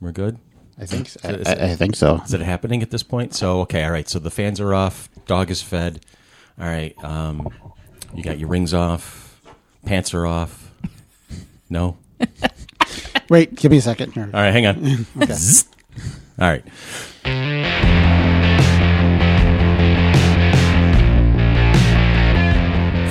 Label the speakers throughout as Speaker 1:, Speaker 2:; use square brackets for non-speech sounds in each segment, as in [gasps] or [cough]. Speaker 1: We're good.
Speaker 2: I think so. I,
Speaker 1: Is it-
Speaker 2: I, I think so.
Speaker 1: Is it happening at this point? So okay, all right. So the fans are off. Dog is fed. All right. Um, you got your rings off. Pants are off. No.
Speaker 2: Wait, give me a second. Here.
Speaker 1: All right, hang on. Zzz. All right.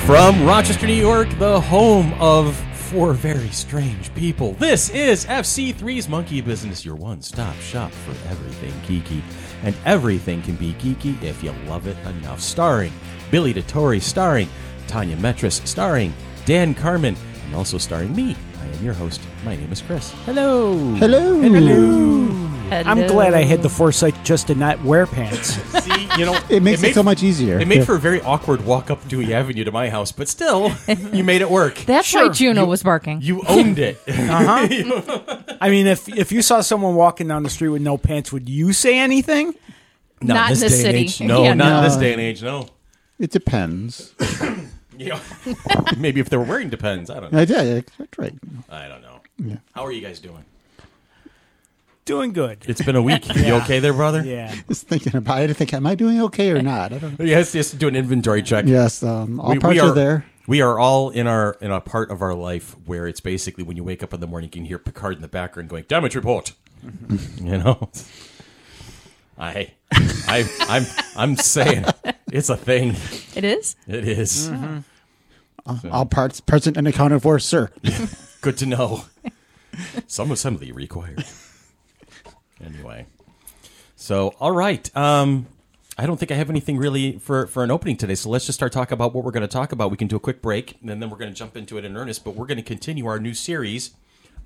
Speaker 1: From Rochester, New York, the home of four very strange people, this is FC3's Monkey Business, your one stop shop for everything geeky. And everything can be geeky if you love it enough. Starring Billy DeTore, starring Tanya Metris, starring Dan Carmen, and also starring me. I am your host. My name is Chris. Hello.
Speaker 2: Hello.
Speaker 3: I'm glad I had the foresight just to not wear pants.
Speaker 1: See, you know,
Speaker 2: It makes it,
Speaker 1: made-
Speaker 2: so much easier.
Speaker 1: It made for a very awkward walk up Dewey Avenue to my house, but
Speaker 4: [laughs]
Speaker 1: still, you made it work.
Speaker 4: That's why Juno was barking.
Speaker 1: You owned
Speaker 4: [laughs]
Speaker 1: it.
Speaker 3: I mean, if if you saw someone walking down the street with no pants, would you say anything?
Speaker 4: Not in this city.
Speaker 1: age. No,
Speaker 4: Yeah,
Speaker 1: not in
Speaker 4: no.
Speaker 1: this day and age. No.
Speaker 2: it depends.
Speaker 4: [laughs]
Speaker 1: Yeah. Maybe if they were wearing depends. I don't know.
Speaker 2: I did. That's right.
Speaker 1: I don't know. How are you guys doing?
Speaker 3: Doing good.
Speaker 1: It's been a
Speaker 2: [laughs]
Speaker 1: week. You okay there, brother?
Speaker 3: Yeah.
Speaker 2: Just thinking about it. I think, am I doing okay or not? I don't know.
Speaker 1: Yes, just do an inventory check.
Speaker 2: Yes, um, all
Speaker 1: We- we
Speaker 2: parts are, there.
Speaker 1: We are all in our in a part of our life where it's basically when you wake up in the morning, you can hear Picard in the background going "damage report," you know. I, I, I'm, I'm saying it's a thing.
Speaker 4: It is.
Speaker 1: It is.
Speaker 2: All parts present and accounted for, sir.
Speaker 1: Good to know. Some assembly required. Anyway, so all right. Um, I don't think I have anything really for for an opening today. So let's just start talking about what we're going to talk about. We can do a quick break, and then we're going to jump into it in earnest. But we're going to continue our new series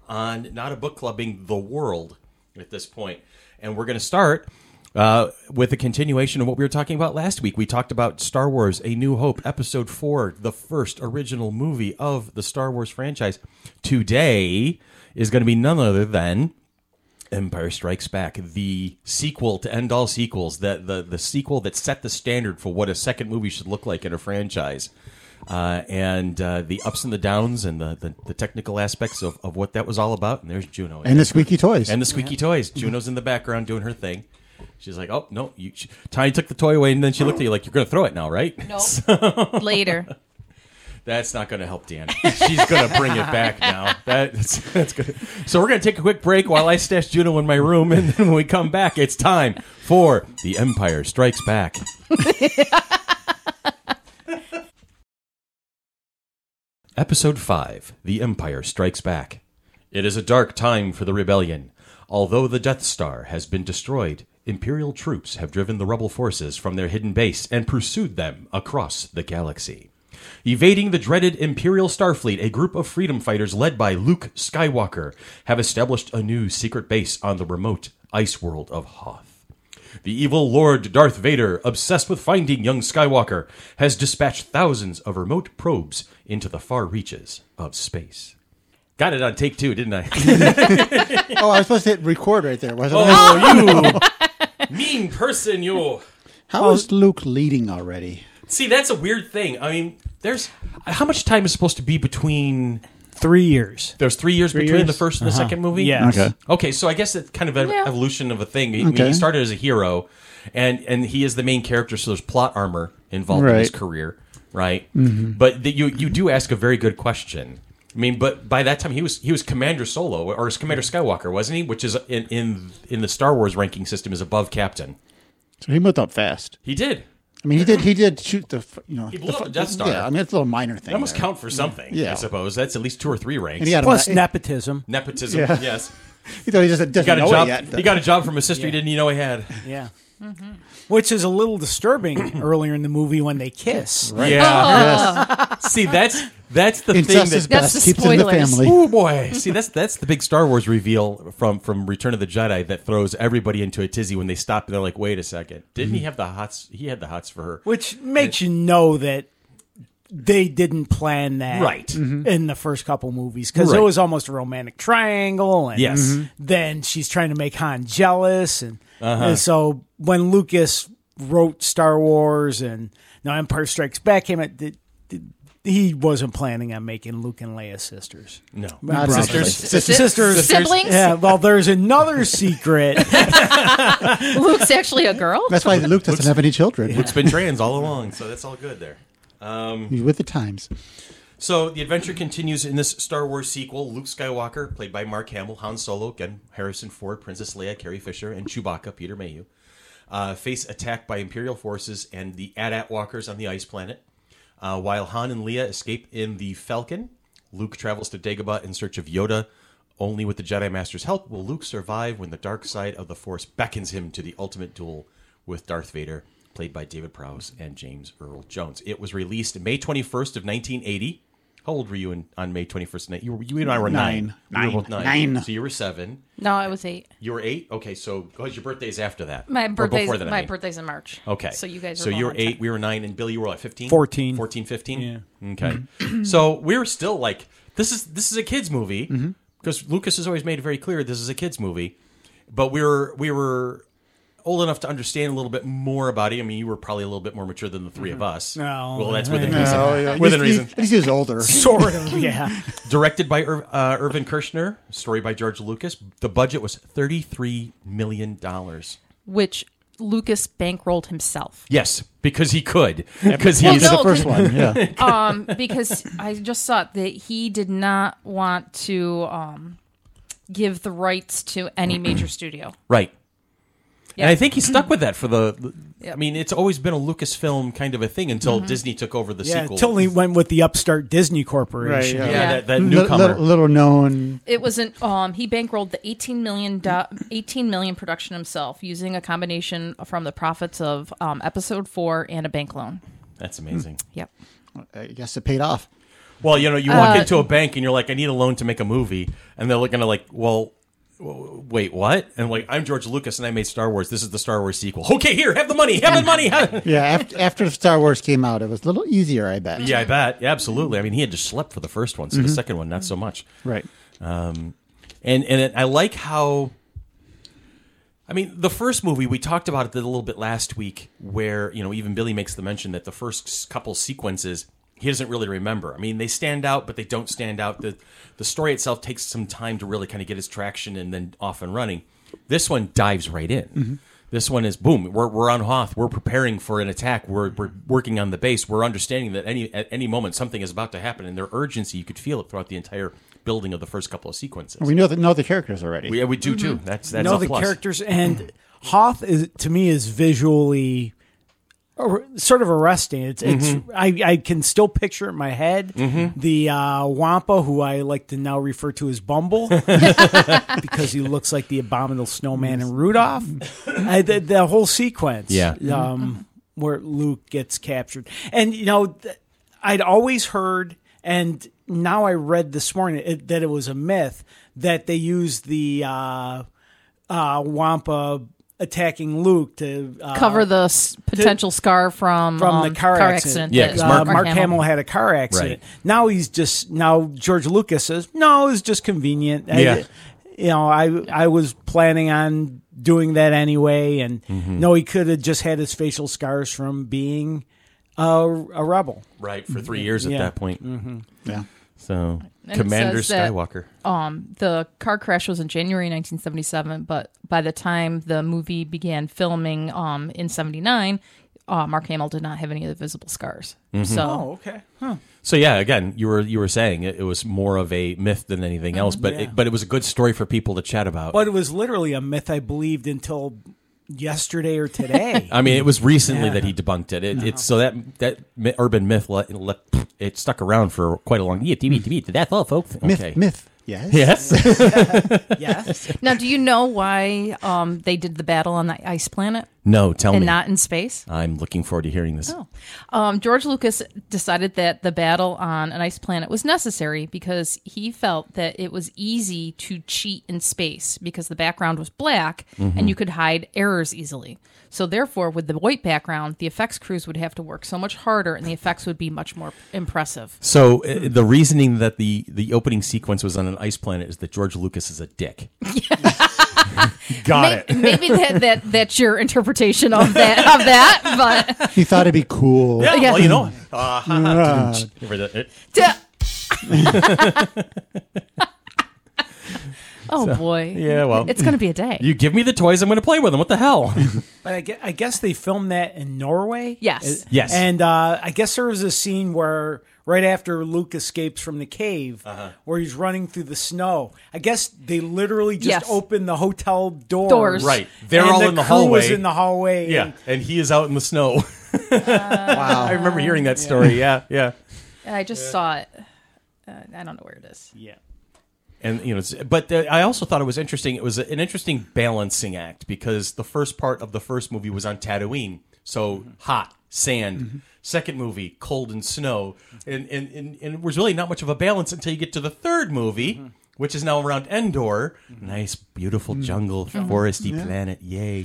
Speaker 1: on not a book club being the world at this point, and we're going to start. Uh, with a continuation of what we were talking about last week, we talked about Star Wars: A New Hope, Episode Four, the first original movie of the Star Wars franchise. Today is going to be none other than Empire Strikes Back, the sequel to end all sequels, the, the, the sequel that set the standard for what a second movie should look like in a franchise. Uh, and uh, the ups and the downs and the, the, the technical aspects of, of what that was all about. And there's Juno.
Speaker 2: And the squeaky toys.
Speaker 1: And the squeaky toys. Juno's in the background doing her thing. She's like, oh, no. You, she, Tiny took the toy away and then she looked at you like, you're going to throw it now, right? [laughs]
Speaker 4: No. Later.
Speaker 1: That's not going to help Dan. She's going to bring it back now. That's, that's good. So we're going to take a quick break while I stash Juno in my room, and then when we come back, it's time for The Empire Strikes Back. [laughs] Episode 5 The Empire Strikes Back. It is a dark time for the rebellion. Although the Death Star has been destroyed, Imperial troops have driven the rebel forces from their hidden base and pursued them across the galaxy. Evading the dreaded Imperial Starfleet, a group of freedom fighters led by Luke Skywalker have established a new secret base on the remote ice world of Hoth. The evil Lord Darth Vader, obsessed with finding young Skywalker, has dispatched thousands of remote probes into the far reaches of space. Got it on take two, didn't I?
Speaker 2: oh, I was supposed to hit record right there, wasn't I?
Speaker 1: oh, you [laughs] mean person, you.
Speaker 2: How is Luke leading already?
Speaker 1: See, that's a weird thing. I mean, there's how much time is supposed to be between?
Speaker 3: Three years.
Speaker 1: There's three years between
Speaker 3: years?
Speaker 1: the first and the second movie.
Speaker 3: Yes.
Speaker 2: Okay.
Speaker 1: Okay, so I guess it's kind of an
Speaker 4: Yeah.
Speaker 1: evolution of a thing. I mean,
Speaker 2: Okay.
Speaker 1: he started as a hero, and and he is the main character, so there's plot armor involved in his
Speaker 2: Right. Mm-hmm.
Speaker 1: career, right? But the, you you do ask a very good question. I mean, but by that time he was he was Commander Solo or is Commander Skywalker, wasn't he? Which is in in in the Star Wars ranking system is above Captain.
Speaker 2: So he moved up fast.
Speaker 1: He did.
Speaker 2: I mean, he did. He did shoot the. f- You know,
Speaker 1: blew up
Speaker 2: fu-
Speaker 1: the Death Star.
Speaker 2: Yeah, I mean, it's a little minor thing.
Speaker 1: That must
Speaker 2: there.
Speaker 1: count for something,
Speaker 2: Yeah.
Speaker 1: I suppose. That's at least two or three ranks.
Speaker 2: And he had
Speaker 3: Plus
Speaker 2: a, nap.
Speaker 3: nepotism.
Speaker 1: Nepotism,
Speaker 2: Yeah. [laughs]
Speaker 1: yes.
Speaker 2: He, thought he just doesn't
Speaker 1: He got a
Speaker 2: know
Speaker 1: job.
Speaker 2: it yet.
Speaker 1: He got a job from a sister he didn't you know he had.
Speaker 3: Yeah. Which is a little disturbing earlier in the movie when they kiss.
Speaker 1: Yeah.
Speaker 2: yes.
Speaker 1: See, that's that's the
Speaker 2: Incest
Speaker 1: thing
Speaker 2: is
Speaker 1: that
Speaker 4: That's
Speaker 2: best.
Speaker 4: the
Speaker 2: Keeps it in the
Speaker 4: spoilers.
Speaker 2: family.
Speaker 1: Oh boy! [laughs] See, that's that's the big Star Wars reveal from from Return of the Jedi that throws everybody into a tizzy when they stop and they're like, "Wait a second! Didn't he have the hots? He had the hots for her."
Speaker 3: Which makes you know that they didn't plan that
Speaker 1: Right. Mm-hmm.
Speaker 3: in the first couple movies because
Speaker 1: Right.
Speaker 3: it was almost a romantic triangle. And
Speaker 1: Yes. Mhm.
Speaker 3: then she's trying to make Han jealous. And,
Speaker 1: Uh-huh.
Speaker 3: and so when Lucas wrote Star Wars and now Empire Strikes Back came out, th- th- he wasn't planning on making Luke and Leia sisters.
Speaker 1: No.
Speaker 2: Not
Speaker 3: Brothers.
Speaker 2: sisters.
Speaker 4: Si-
Speaker 2: Sisters.
Speaker 3: Sisters.
Speaker 4: siblings.
Speaker 3: Yeah, well, there's
Speaker 1: [laughs]
Speaker 3: another secret.
Speaker 4: Luke's actually a girl.
Speaker 2: That's why Luke doesn't have any children.
Speaker 1: Luke's been trans all along, so that's all good there.
Speaker 2: He's with the times.
Speaker 1: So the adventure continues in this Star Wars sequel. Luke Skywalker, played by Mark Hamill, Han Solo, again Harrison Ford, Princess Leia, Carrie Fisher, and Chewbacca, Peter Mayhew, uh, face attack by Imperial forces and the AT-AT walkers on the ice planet. Uh, while Han and Leia escape in the Falcon, Luke travels to Dagobah in search of Yoda. Only with the Jedi Master's help will Luke survive when the dark side of the Force beckons him to the ultimate duel with Darth Vader, played by David Prowse and James Earl Jones. It was released May 21st of 1980. How old were you in, on May 21st? night? You, were- you and I were nine.
Speaker 2: Nine.
Speaker 1: We were both
Speaker 2: Nine. Nine.
Speaker 1: So you were seven.
Speaker 4: [laughs] No, I was eight.
Speaker 1: You were eight. Okay, so because your birthday's after that.
Speaker 4: My
Speaker 1: Or
Speaker 4: birthday's
Speaker 1: before that, I
Speaker 4: my
Speaker 1: mean.
Speaker 4: birthday's in March.
Speaker 1: Okay.
Speaker 4: So you guys. Are
Speaker 1: So you were eight,
Speaker 4: We-
Speaker 1: we were nine, and Billy, you were like 15?
Speaker 3: 14.
Speaker 1: 14, 15? Yeah.
Speaker 3: [clears throat]
Speaker 1: Okay. so we were still like, this is this is a kid's movie
Speaker 3: Mm-hmm.
Speaker 1: because Lucas has always made it very clear this is a kid's movie. But we were we were old enough to understand a little bit more about it. I mean, you were probably a little bit more mature than the three of us.
Speaker 3: Mm-hmm. No.
Speaker 1: Well, that's within reason.
Speaker 2: Oh, yeah.
Speaker 1: Within
Speaker 2: He's-
Speaker 1: reason.
Speaker 2: He, at least he was [laughs] older.
Speaker 3: sort of, [laughs] yeah.
Speaker 1: Directed by Ir- uh, Irvin Kershner, story by George Lucas. The budget was $33 million.
Speaker 4: which Lucas bankrolled himself.
Speaker 1: Yes, because he could. Because
Speaker 4: Well,
Speaker 1: he's.
Speaker 2: He's
Speaker 4: no,
Speaker 2: the first one. [laughs] Yeah.
Speaker 4: um, because I just saw that he did not want to um, give the rights to any major studio.
Speaker 1: Right.
Speaker 4: Yeah.
Speaker 1: And I think he stuck with that for the.
Speaker 4: Yeah.
Speaker 1: I mean, it's always been a Lucasfilm kind of a thing until
Speaker 4: Mm-hmm.
Speaker 1: Disney took over the
Speaker 3: Yeah,
Speaker 1: sequel.
Speaker 3: until he went with the upstart Disney Corporation.
Speaker 1: yeah,
Speaker 2: Right,
Speaker 4: Yeah.
Speaker 1: that, that
Speaker 2: Little-
Speaker 1: newcomer.
Speaker 2: Little, little known.
Speaker 4: It wasn't. Um, he bankrolled the 18 million do- 18 million production himself using a combination from the profits of um, episode four and a bank loan.
Speaker 1: That's amazing.
Speaker 3: Mm.
Speaker 4: Yep.
Speaker 2: I guess it paid off.
Speaker 1: Well, you know, you walk
Speaker 4: Uh,
Speaker 1: into a bank and you're like, I need a loan to make a movie, and they're looking at like, well. w- Wait, what? And like, I'm George Lucas, and I made Star Wars. This is the Star Wars sequel. Okay, here, have the money, have the
Speaker 4: [laughs]
Speaker 1: money. [laughs] have-"
Speaker 2: Yeah. After, after Star Wars came out, it was a little easier, I bet.
Speaker 1: yeah, I bet. Yeah, absolutely. I mean, he had just slept for the first one, so
Speaker 3: Mm-hmm.
Speaker 1: the second one, not so much.
Speaker 2: Right.
Speaker 1: and and it, I like how. I mean, the first movie we talked about it a little bit last week, where you know even Billy makes the mention that the first s- couple sequences he doesn't really remember. I mean, they stand out, but they don't stand out. the The story itself takes some time to really kind of get its traction and then off and running. This one dives right in. This one is boom. We're, we're on Hoth. We're preparing for an attack. We're, we're working on the base. We're understanding that any at any moment something is about to happen, and their urgency you could feel it throughout the entire building of the first couple of sequences.
Speaker 2: We know the, know the characters already.
Speaker 1: Yeah, we do too. That's that's
Speaker 3: Mm-hmm. know
Speaker 1: a
Speaker 3: the
Speaker 1: plus.
Speaker 3: characters and Hoth is to me is visually ar- sort of arresting. It's,
Speaker 1: Mm-hmm.
Speaker 3: it's I, I can still picture it in my head the uh, Wampa who I like to now refer to as
Speaker 1: [laughs]
Speaker 3: Bumble because he looks like the abominable snowman and Rudolph. I, the, the whole sequence,
Speaker 1: Yeah.
Speaker 3: um, where Luke gets captured, and you know. Th- I'd always heard, and now I read this morning it, that it was a myth that they used the uh, uh, Wampa attacking Luke to uh,
Speaker 4: Cover the s- potential scar from
Speaker 3: from
Speaker 4: um,
Speaker 3: the car, accident.
Speaker 1: Yeah,
Speaker 4: that,
Speaker 1: 'cause
Speaker 3: uh,
Speaker 1: Mark-
Speaker 3: Mark, Hamill. had a car accident.
Speaker 1: Right.
Speaker 3: Now he's just now George Lucas says no, it's just convenient. I-
Speaker 1: Yeah.
Speaker 3: you know, I I was planning on doing that anyway, and
Speaker 1: Mm-hmm.
Speaker 3: no, he could have just had his facial scars from being a, a rebel.
Speaker 1: right for three years at
Speaker 3: Mm-hmm. Yeah.
Speaker 1: that point.
Speaker 2: Yeah.
Speaker 1: So
Speaker 4: it
Speaker 1: Commander
Speaker 4: says that-
Speaker 1: Skywalker.
Speaker 4: the car crash was in January 1977, but by the time the movie began filming um, in 79, uh, Mark Hamill did not have any of the visible scars.
Speaker 1: Mm-hmm.
Speaker 4: So
Speaker 3: Oh, okay.
Speaker 1: So yeah, again, you were you were saying it, it was more of a myth than anything else, but
Speaker 3: Mm-hmm. Yeah.
Speaker 1: it, but it was a good story for people to chat about.
Speaker 3: But it was literally a myth I believed until yesterday or today.
Speaker 1: [laughs] I mean, it was recently
Speaker 3: Yeah. Uh-huh.
Speaker 1: that he debunked it. it It's so that that mi- urban myth le- le- it stuck around for quite a long. Yeah, TV, TV, that's all, folks.
Speaker 2: Myth.
Speaker 1: Okay.
Speaker 2: Myth. Yes.
Speaker 1: Yes.
Speaker 3: yes.
Speaker 4: now, do you know why um, they did the battle on the ice planet
Speaker 1: no, tell
Speaker 4: and
Speaker 1: me.
Speaker 4: not in space?
Speaker 1: I'm looking forward to hearing this.
Speaker 4: Um, George Lucas decided that the battle on an ice planet was necessary because he felt that it was easy to cheat in space because the background was black and you could hide errors easily. So, therefore, with the white background, the effects crews would have to work so much harder and the effects would be much more impressive.
Speaker 1: So uh, the
Speaker 4: [laughs]
Speaker 1: reasoning that the the opening sequence was on an ice planet is that George Lucas is a dick.
Speaker 3: Got
Speaker 4: May- [laughs] Maybe that, that that's your interpretation of that of that, but
Speaker 2: He thought it'd be [laughs] cool.
Speaker 1: Yeah,
Speaker 4: Yeah.
Speaker 1: well, you know. Uh,
Speaker 2: Ah,
Speaker 4: Duh. [laughs]
Speaker 1: [laughs]
Speaker 4: oh boy.
Speaker 1: yeah, well,
Speaker 4: It's going to be a day.
Speaker 1: you give me the toys, I'm going to play with them. What the hell?
Speaker 3: But I guess, I guess they filmed that in Norway.
Speaker 4: Yes.
Speaker 3: Uh,
Speaker 1: Yes.
Speaker 3: And uh, I guess there was a scene where right after Luke escapes from the cave,
Speaker 1: Uh-huh.
Speaker 3: where he's running through the snow. I guess they literally just
Speaker 4: Yes.
Speaker 3: open the hotel doors.
Speaker 4: Doors.
Speaker 1: Right. [laughs] They're
Speaker 3: And
Speaker 1: all in the
Speaker 3: crew
Speaker 1: hallway.
Speaker 3: Was in the hallway.
Speaker 1: yeah, and he is out in the snow. [laughs] I
Speaker 2: wow.
Speaker 1: remember hearing that story. Yeah, yeah.
Speaker 4: I just saw it. Uh, I don't know where it is.
Speaker 3: Yeah.
Speaker 1: and you know, it's- but uh, I also thought it was interesting. It was an interesting balancing act because the first part of the first movie was on Tatooine, so hot sand. Second movie, cold and snow, and and, and and it was really not much of a balance until you get to the third movie. Which is now around Endor, nice, beautiful jungle, foresty planet. Yay!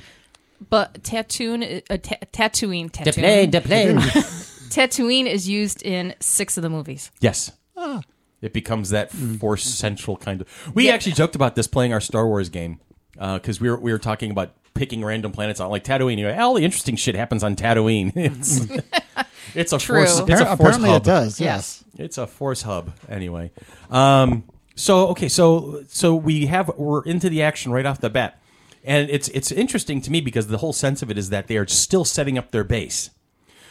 Speaker 4: But Tatooine, uh, ta- Tatooine, Tatooine,
Speaker 1: plane.
Speaker 4: Tatooine is used in six of the movies.
Speaker 1: Yes. It becomes that force central kind of. We actually joked about this playing our Star Wars game because we were we were talking about picking random planets out like Tatooine. You know, all the interesting shit happens on Tatooine. [laughs] It's it's a
Speaker 4: True.
Speaker 1: force. It's
Speaker 2: Appar-
Speaker 1: a force
Speaker 2: apparently
Speaker 1: hub.
Speaker 2: it does.
Speaker 4: Yes.
Speaker 2: Yes.
Speaker 1: It's a force hub anyway. Um, so okay, so so we have we're into the action right off the bat, and it's it's interesting to me because the whole sense of it is that they are still setting up their base.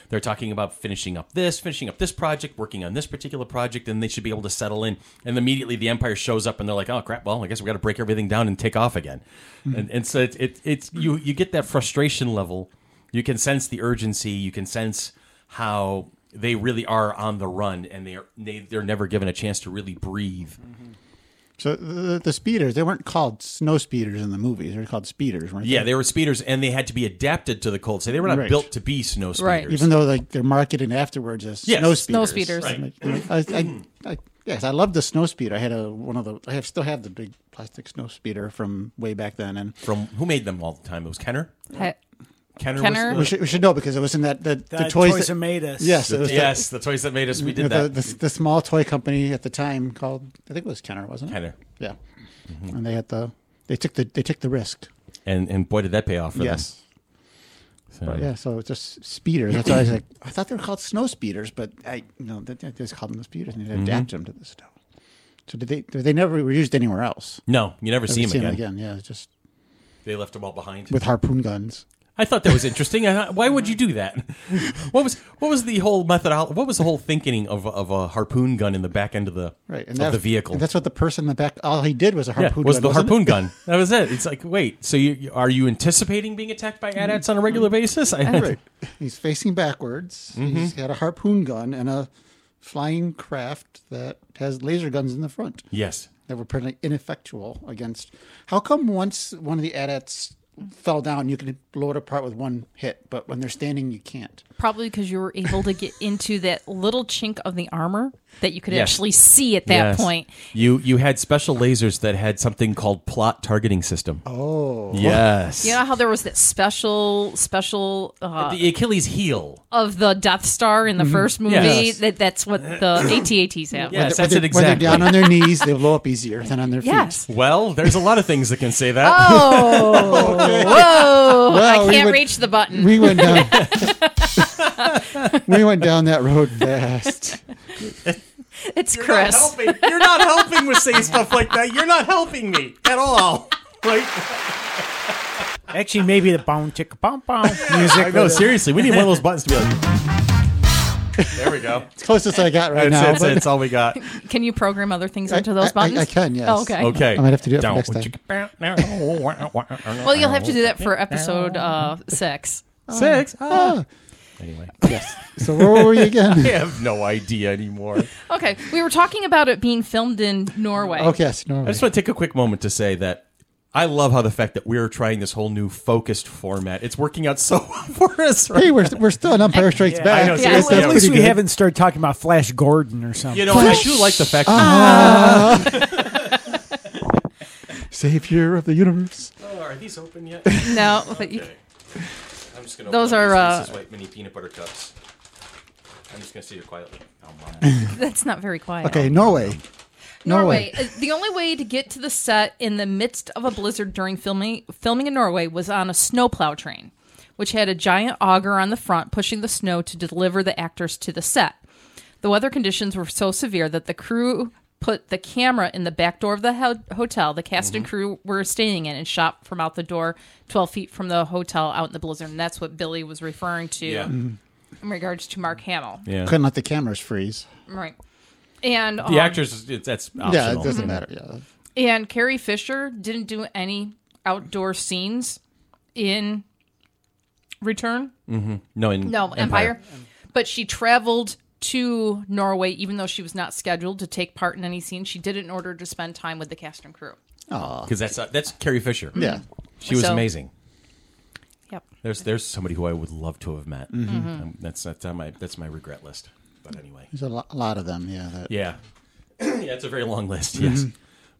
Speaker 1: They're talking about finishing up this, finishing up this project, working on this particular project, and they should be able to settle in. And immediately the Empire shows up, and they're like, "Oh crap! Well, I guess we got to break everything down and take off again."
Speaker 2: Hmm.
Speaker 1: And, and so it, it, it's you you get that frustration level. You can sense the urgency. You can sense how they really are on the run, and they're they, they're never given a chance to really breathe.
Speaker 2: Hmm. So the, the speeders, they weren't called snow speeders in the movies. They were called speeders, weren't
Speaker 1: Yeah,
Speaker 2: they?
Speaker 1: they were speeders, and they had to be adapted to the cold. So they were not
Speaker 2: Right.
Speaker 1: built to be snow speeders.
Speaker 4: Right.
Speaker 2: Even though like they're marketed afterwards as
Speaker 1: Yes.
Speaker 2: snow
Speaker 4: Snow
Speaker 2: speeders.
Speaker 4: speeders. Right.
Speaker 2: Like, I, I, I, yes, I love the snow speeder. I had a one of the. I have, still have the big plastic snow speeder from way back then, and
Speaker 1: From who made them all the time? It was Kenner.
Speaker 4: He-
Speaker 1: Kenner.
Speaker 4: Kenner?
Speaker 1: Was
Speaker 2: we should, we should know because it was in that the, the,
Speaker 3: The
Speaker 2: toys.
Speaker 3: toys,
Speaker 2: that,
Speaker 3: that made us.
Speaker 2: yes, it
Speaker 1: the,
Speaker 2: was the-
Speaker 1: yes, the toys that made us. We
Speaker 2: you
Speaker 1: did
Speaker 2: know,
Speaker 1: that.
Speaker 2: the, the, the small toy company at the time called I think it was Kenner, wasn't it?
Speaker 1: Kenner. Mm-hmm.
Speaker 2: Yeah, and they had the they took the they took the risk.
Speaker 1: and and boy did that pay off for
Speaker 2: yes.
Speaker 1: them. So-
Speaker 2: But yeah, so it's just speeders. That's why I was like, I thought they were called snow speeders, but I no, they, they just called them the speeders, and they
Speaker 1: Mm-hmm.
Speaker 2: adapt them to the snow. So did they? They never were used anywhere else.
Speaker 1: No, you never see
Speaker 2: Never
Speaker 1: him again.
Speaker 2: again. Yeah, it's just
Speaker 1: They left him all behind.
Speaker 2: with harpoon guns.
Speaker 1: I thought that was interesting. I, thought, why would you do
Speaker 2: [laughs]
Speaker 1: that? What was what was the whole method? What was the whole thinking of of a harpoon gun in the back end of the
Speaker 2: Right,
Speaker 1: of
Speaker 2: that-
Speaker 1: the vehicle?
Speaker 2: and that's what the person in the back. All he did was a
Speaker 1: yeah,
Speaker 2: harpoon.
Speaker 1: was
Speaker 2: gun,
Speaker 1: the
Speaker 2: wasn't it?
Speaker 1: harpoon
Speaker 2: [laughs]
Speaker 1: gun? That was it. It's like, wait, so you you- are you anticipating being attacked by AT-ATs on a regular
Speaker 2: Mm-hmm.
Speaker 1: basis? I,
Speaker 2: [laughs] Right. He's facing backwards.
Speaker 1: Mm-hmm.
Speaker 2: He's got a harpoon gun and a flying craft that has laser guns in the front
Speaker 1: yes,
Speaker 2: that were pretty ineffectual against. How come once one of the adats fell down, you could blow it apart with one hit, but when they're standing, you can't?
Speaker 4: Probably because you were able to get into that little chink of the armor that you could
Speaker 1: Yes.
Speaker 4: actually see at that
Speaker 1: Yes.
Speaker 4: point.
Speaker 1: you you had special lasers that had something called plot targeting system. Oh, yes,
Speaker 4: You know how there was that special, special uh,
Speaker 1: the Achilles heel.
Speaker 4: of the Death Star
Speaker 2: Mm-hmm.
Speaker 4: in the first movie?
Speaker 1: Yes.
Speaker 4: That that's what the
Speaker 2: [coughs]
Speaker 4: ATATs
Speaker 1: Yes.
Speaker 2: When
Speaker 4: have.
Speaker 1: that's
Speaker 2: they're-
Speaker 1: it
Speaker 2: When
Speaker 1: exactly.
Speaker 2: they're down on their knees, they blow up easier than on their feet.
Speaker 4: Yes.
Speaker 1: Well, there's a lot of things that can say that.
Speaker 4: Oh, whoa!
Speaker 2: Well,
Speaker 4: I
Speaker 2: we
Speaker 4: can't
Speaker 2: would-
Speaker 4: reach the
Speaker 2: [laughs]
Speaker 4: button.
Speaker 2: We went down. [laughs] we went down that road fast.
Speaker 4: It's Chris.
Speaker 1: helping. You're not helping with saying stuff like that. You're not helping me at all. Like,
Speaker 3: Actually, maybe the bound chicka bum
Speaker 1: [laughs]
Speaker 3: bum music.
Speaker 1: no, seriously, we need one of those buttons to be like. There we go.
Speaker 2: It's closest I got
Speaker 1: [laughs] That's,
Speaker 2: right now.
Speaker 1: that's,
Speaker 2: but
Speaker 1: that's all we
Speaker 4: [laughs]
Speaker 1: got.
Speaker 4: Can you program other things
Speaker 2: I-
Speaker 4: into those
Speaker 2: I- I-
Speaker 4: buttons?
Speaker 2: I can, yes.
Speaker 4: Oh, okay.
Speaker 1: Okay.
Speaker 2: I might have to do it for
Speaker 1: Down.
Speaker 2: next time.
Speaker 1: [laughs]
Speaker 4: Well, you'll have to do that for episode uh, six.
Speaker 1: Six. Ah. Anyway,
Speaker 2: yes. So where were we
Speaker 1: [laughs]
Speaker 2: again?
Speaker 1: I have no idea anymore. I
Speaker 4: Okay, we were talking about it being filmed in Norway.
Speaker 2: Okay. Yes, no,
Speaker 1: just want to take a quick moment to say that I love how the fact that we're trying this whole new focused format. It's working out so well [laughs] for us. Right?
Speaker 2: hey, we're, we're still on Empire Strikes
Speaker 1: Yeah, I
Speaker 2: Back.
Speaker 1: know,
Speaker 4: Yeah, seriously,
Speaker 2: that's
Speaker 3: At least
Speaker 2: pretty
Speaker 3: we
Speaker 2: good.
Speaker 3: haven't started talking about Flash Gordon or something.
Speaker 1: You know, and I do like the fact that
Speaker 2: Uh-huh. Savior of the universe.
Speaker 1: Oh, are these open yet?
Speaker 4: No, but you,
Speaker 1: I'm just gonna.
Speaker 4: Those
Speaker 1: open
Speaker 4: are,
Speaker 1: up these.
Speaker 4: uh,
Speaker 1: This is white mini peanut butter cups. I'm just gonna sit here quietly. Oh,
Speaker 4: that's not very quiet.
Speaker 2: Okay, Norway. Norway.
Speaker 4: Norway. Uh, The only way to get to the set in the midst of a blizzard during filming filming in Norway was on a snowplow train, which had a giant auger on the front pushing the snow to deliver the actors to the set. The weather conditions were so severe that the crew put the camera in the back door of the ho- hotel the cast
Speaker 1: Mm-hmm.
Speaker 4: and crew were staying in and shot from out the door 12 feet from the hotel out in the blizzard. And that's what Billy was referring to
Speaker 1: Yeah.
Speaker 2: Mm-hmm.
Speaker 4: in regards to Mark Hamill.
Speaker 1: Yeah.
Speaker 2: Couldn't let the cameras freeze.
Speaker 4: Right. And
Speaker 1: The
Speaker 4: um,
Speaker 1: actors, it, that's
Speaker 2: Yeah,
Speaker 1: optional.
Speaker 2: it doesn't matter. Yeah.
Speaker 4: And Carrie Fisher didn't do any outdoor scenes in Return.
Speaker 1: no, in
Speaker 4: No, Empire. But she traveled to Norway, even though she was not scheduled to take part in any scene. She did it in order to spend time with the cast and crew.
Speaker 1: because that's uh, that's Carrie Fisher.
Speaker 2: Yeah.
Speaker 1: she was
Speaker 4: So-
Speaker 1: amazing.
Speaker 4: Yep.
Speaker 1: There's there's somebody who I would love to have met.
Speaker 2: Mm-hmm.
Speaker 1: Um, that's that's on my that's my regret list. But anyway,
Speaker 2: There's a, lo- a lot of them. Yeah. That,
Speaker 1: yeah, [clears throat] yeah, it's a very long list. Yes,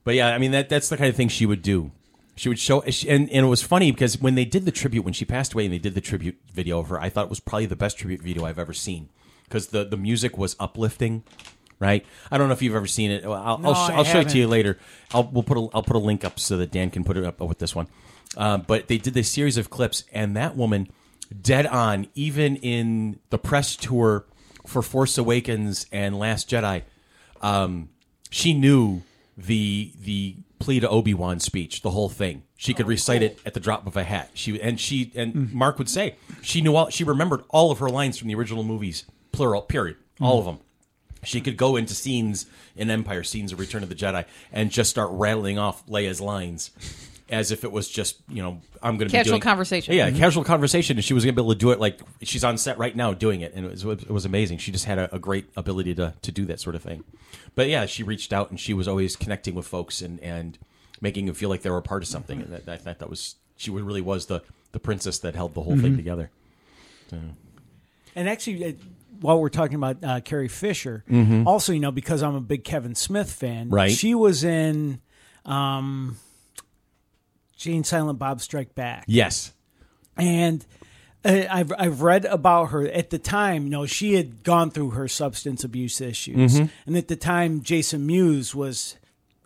Speaker 1: but yeah, I mean that that's the kind of thing she would do. She would show, she- and, and it was funny because when they did the tribute, when she passed away, and they did the tribute video of her, I thought it was probably the best tribute video I've ever seen because the the music was uplifting. Right, I don't know if you've ever seen it. Well, I'll I'll, sh-
Speaker 3: I
Speaker 1: I'll show it to
Speaker 3: haven't.
Speaker 1: you later. I'll we'll put a, I'll put a link up so that Dan can put it up with this one. Um, but they did this series of clips, and that woman, dead on, even in the press tour for Force Awakens and Last Jedi, um, she knew the the plea to Obi Wan speech, the whole thing. She could recite it at the drop of a hat. She and she and Mark would say she knew all. She remembered all of her lines from the original movies, plural, period, all of them. She could go into scenes in Empire, scenes of Return of the Jedi, and just start rattling off Leia's lines as if it was just, you know, I'm going to be
Speaker 4: Casual
Speaker 1: doing-
Speaker 4: conversation. Mm-hmm.
Speaker 1: Yeah, casual conversation. And she was going to be able to do it like she's on set right now doing it. And it was, it was amazing. She just had a, a great ability to, to do that sort of thing. But yeah, she reached out and she was always connecting with folks and, and making them feel like they were a part of something. And that, I thought that was, she really was the, the princess that held the whole thing together.
Speaker 3: And actually, uh, while we're talking about uh, Carrie Fisher, also, you know, because I'm a big Kevin Smith fan,
Speaker 1: Mm-hmm. Right.
Speaker 3: She was in um, Jane Silent Bob Strike Back,
Speaker 1: Yes.
Speaker 3: and uh, I've I've read about her at the time. You know, she had gone through her substance abuse issues,
Speaker 1: Mm-hmm.
Speaker 3: and at the time, Jason Mewes was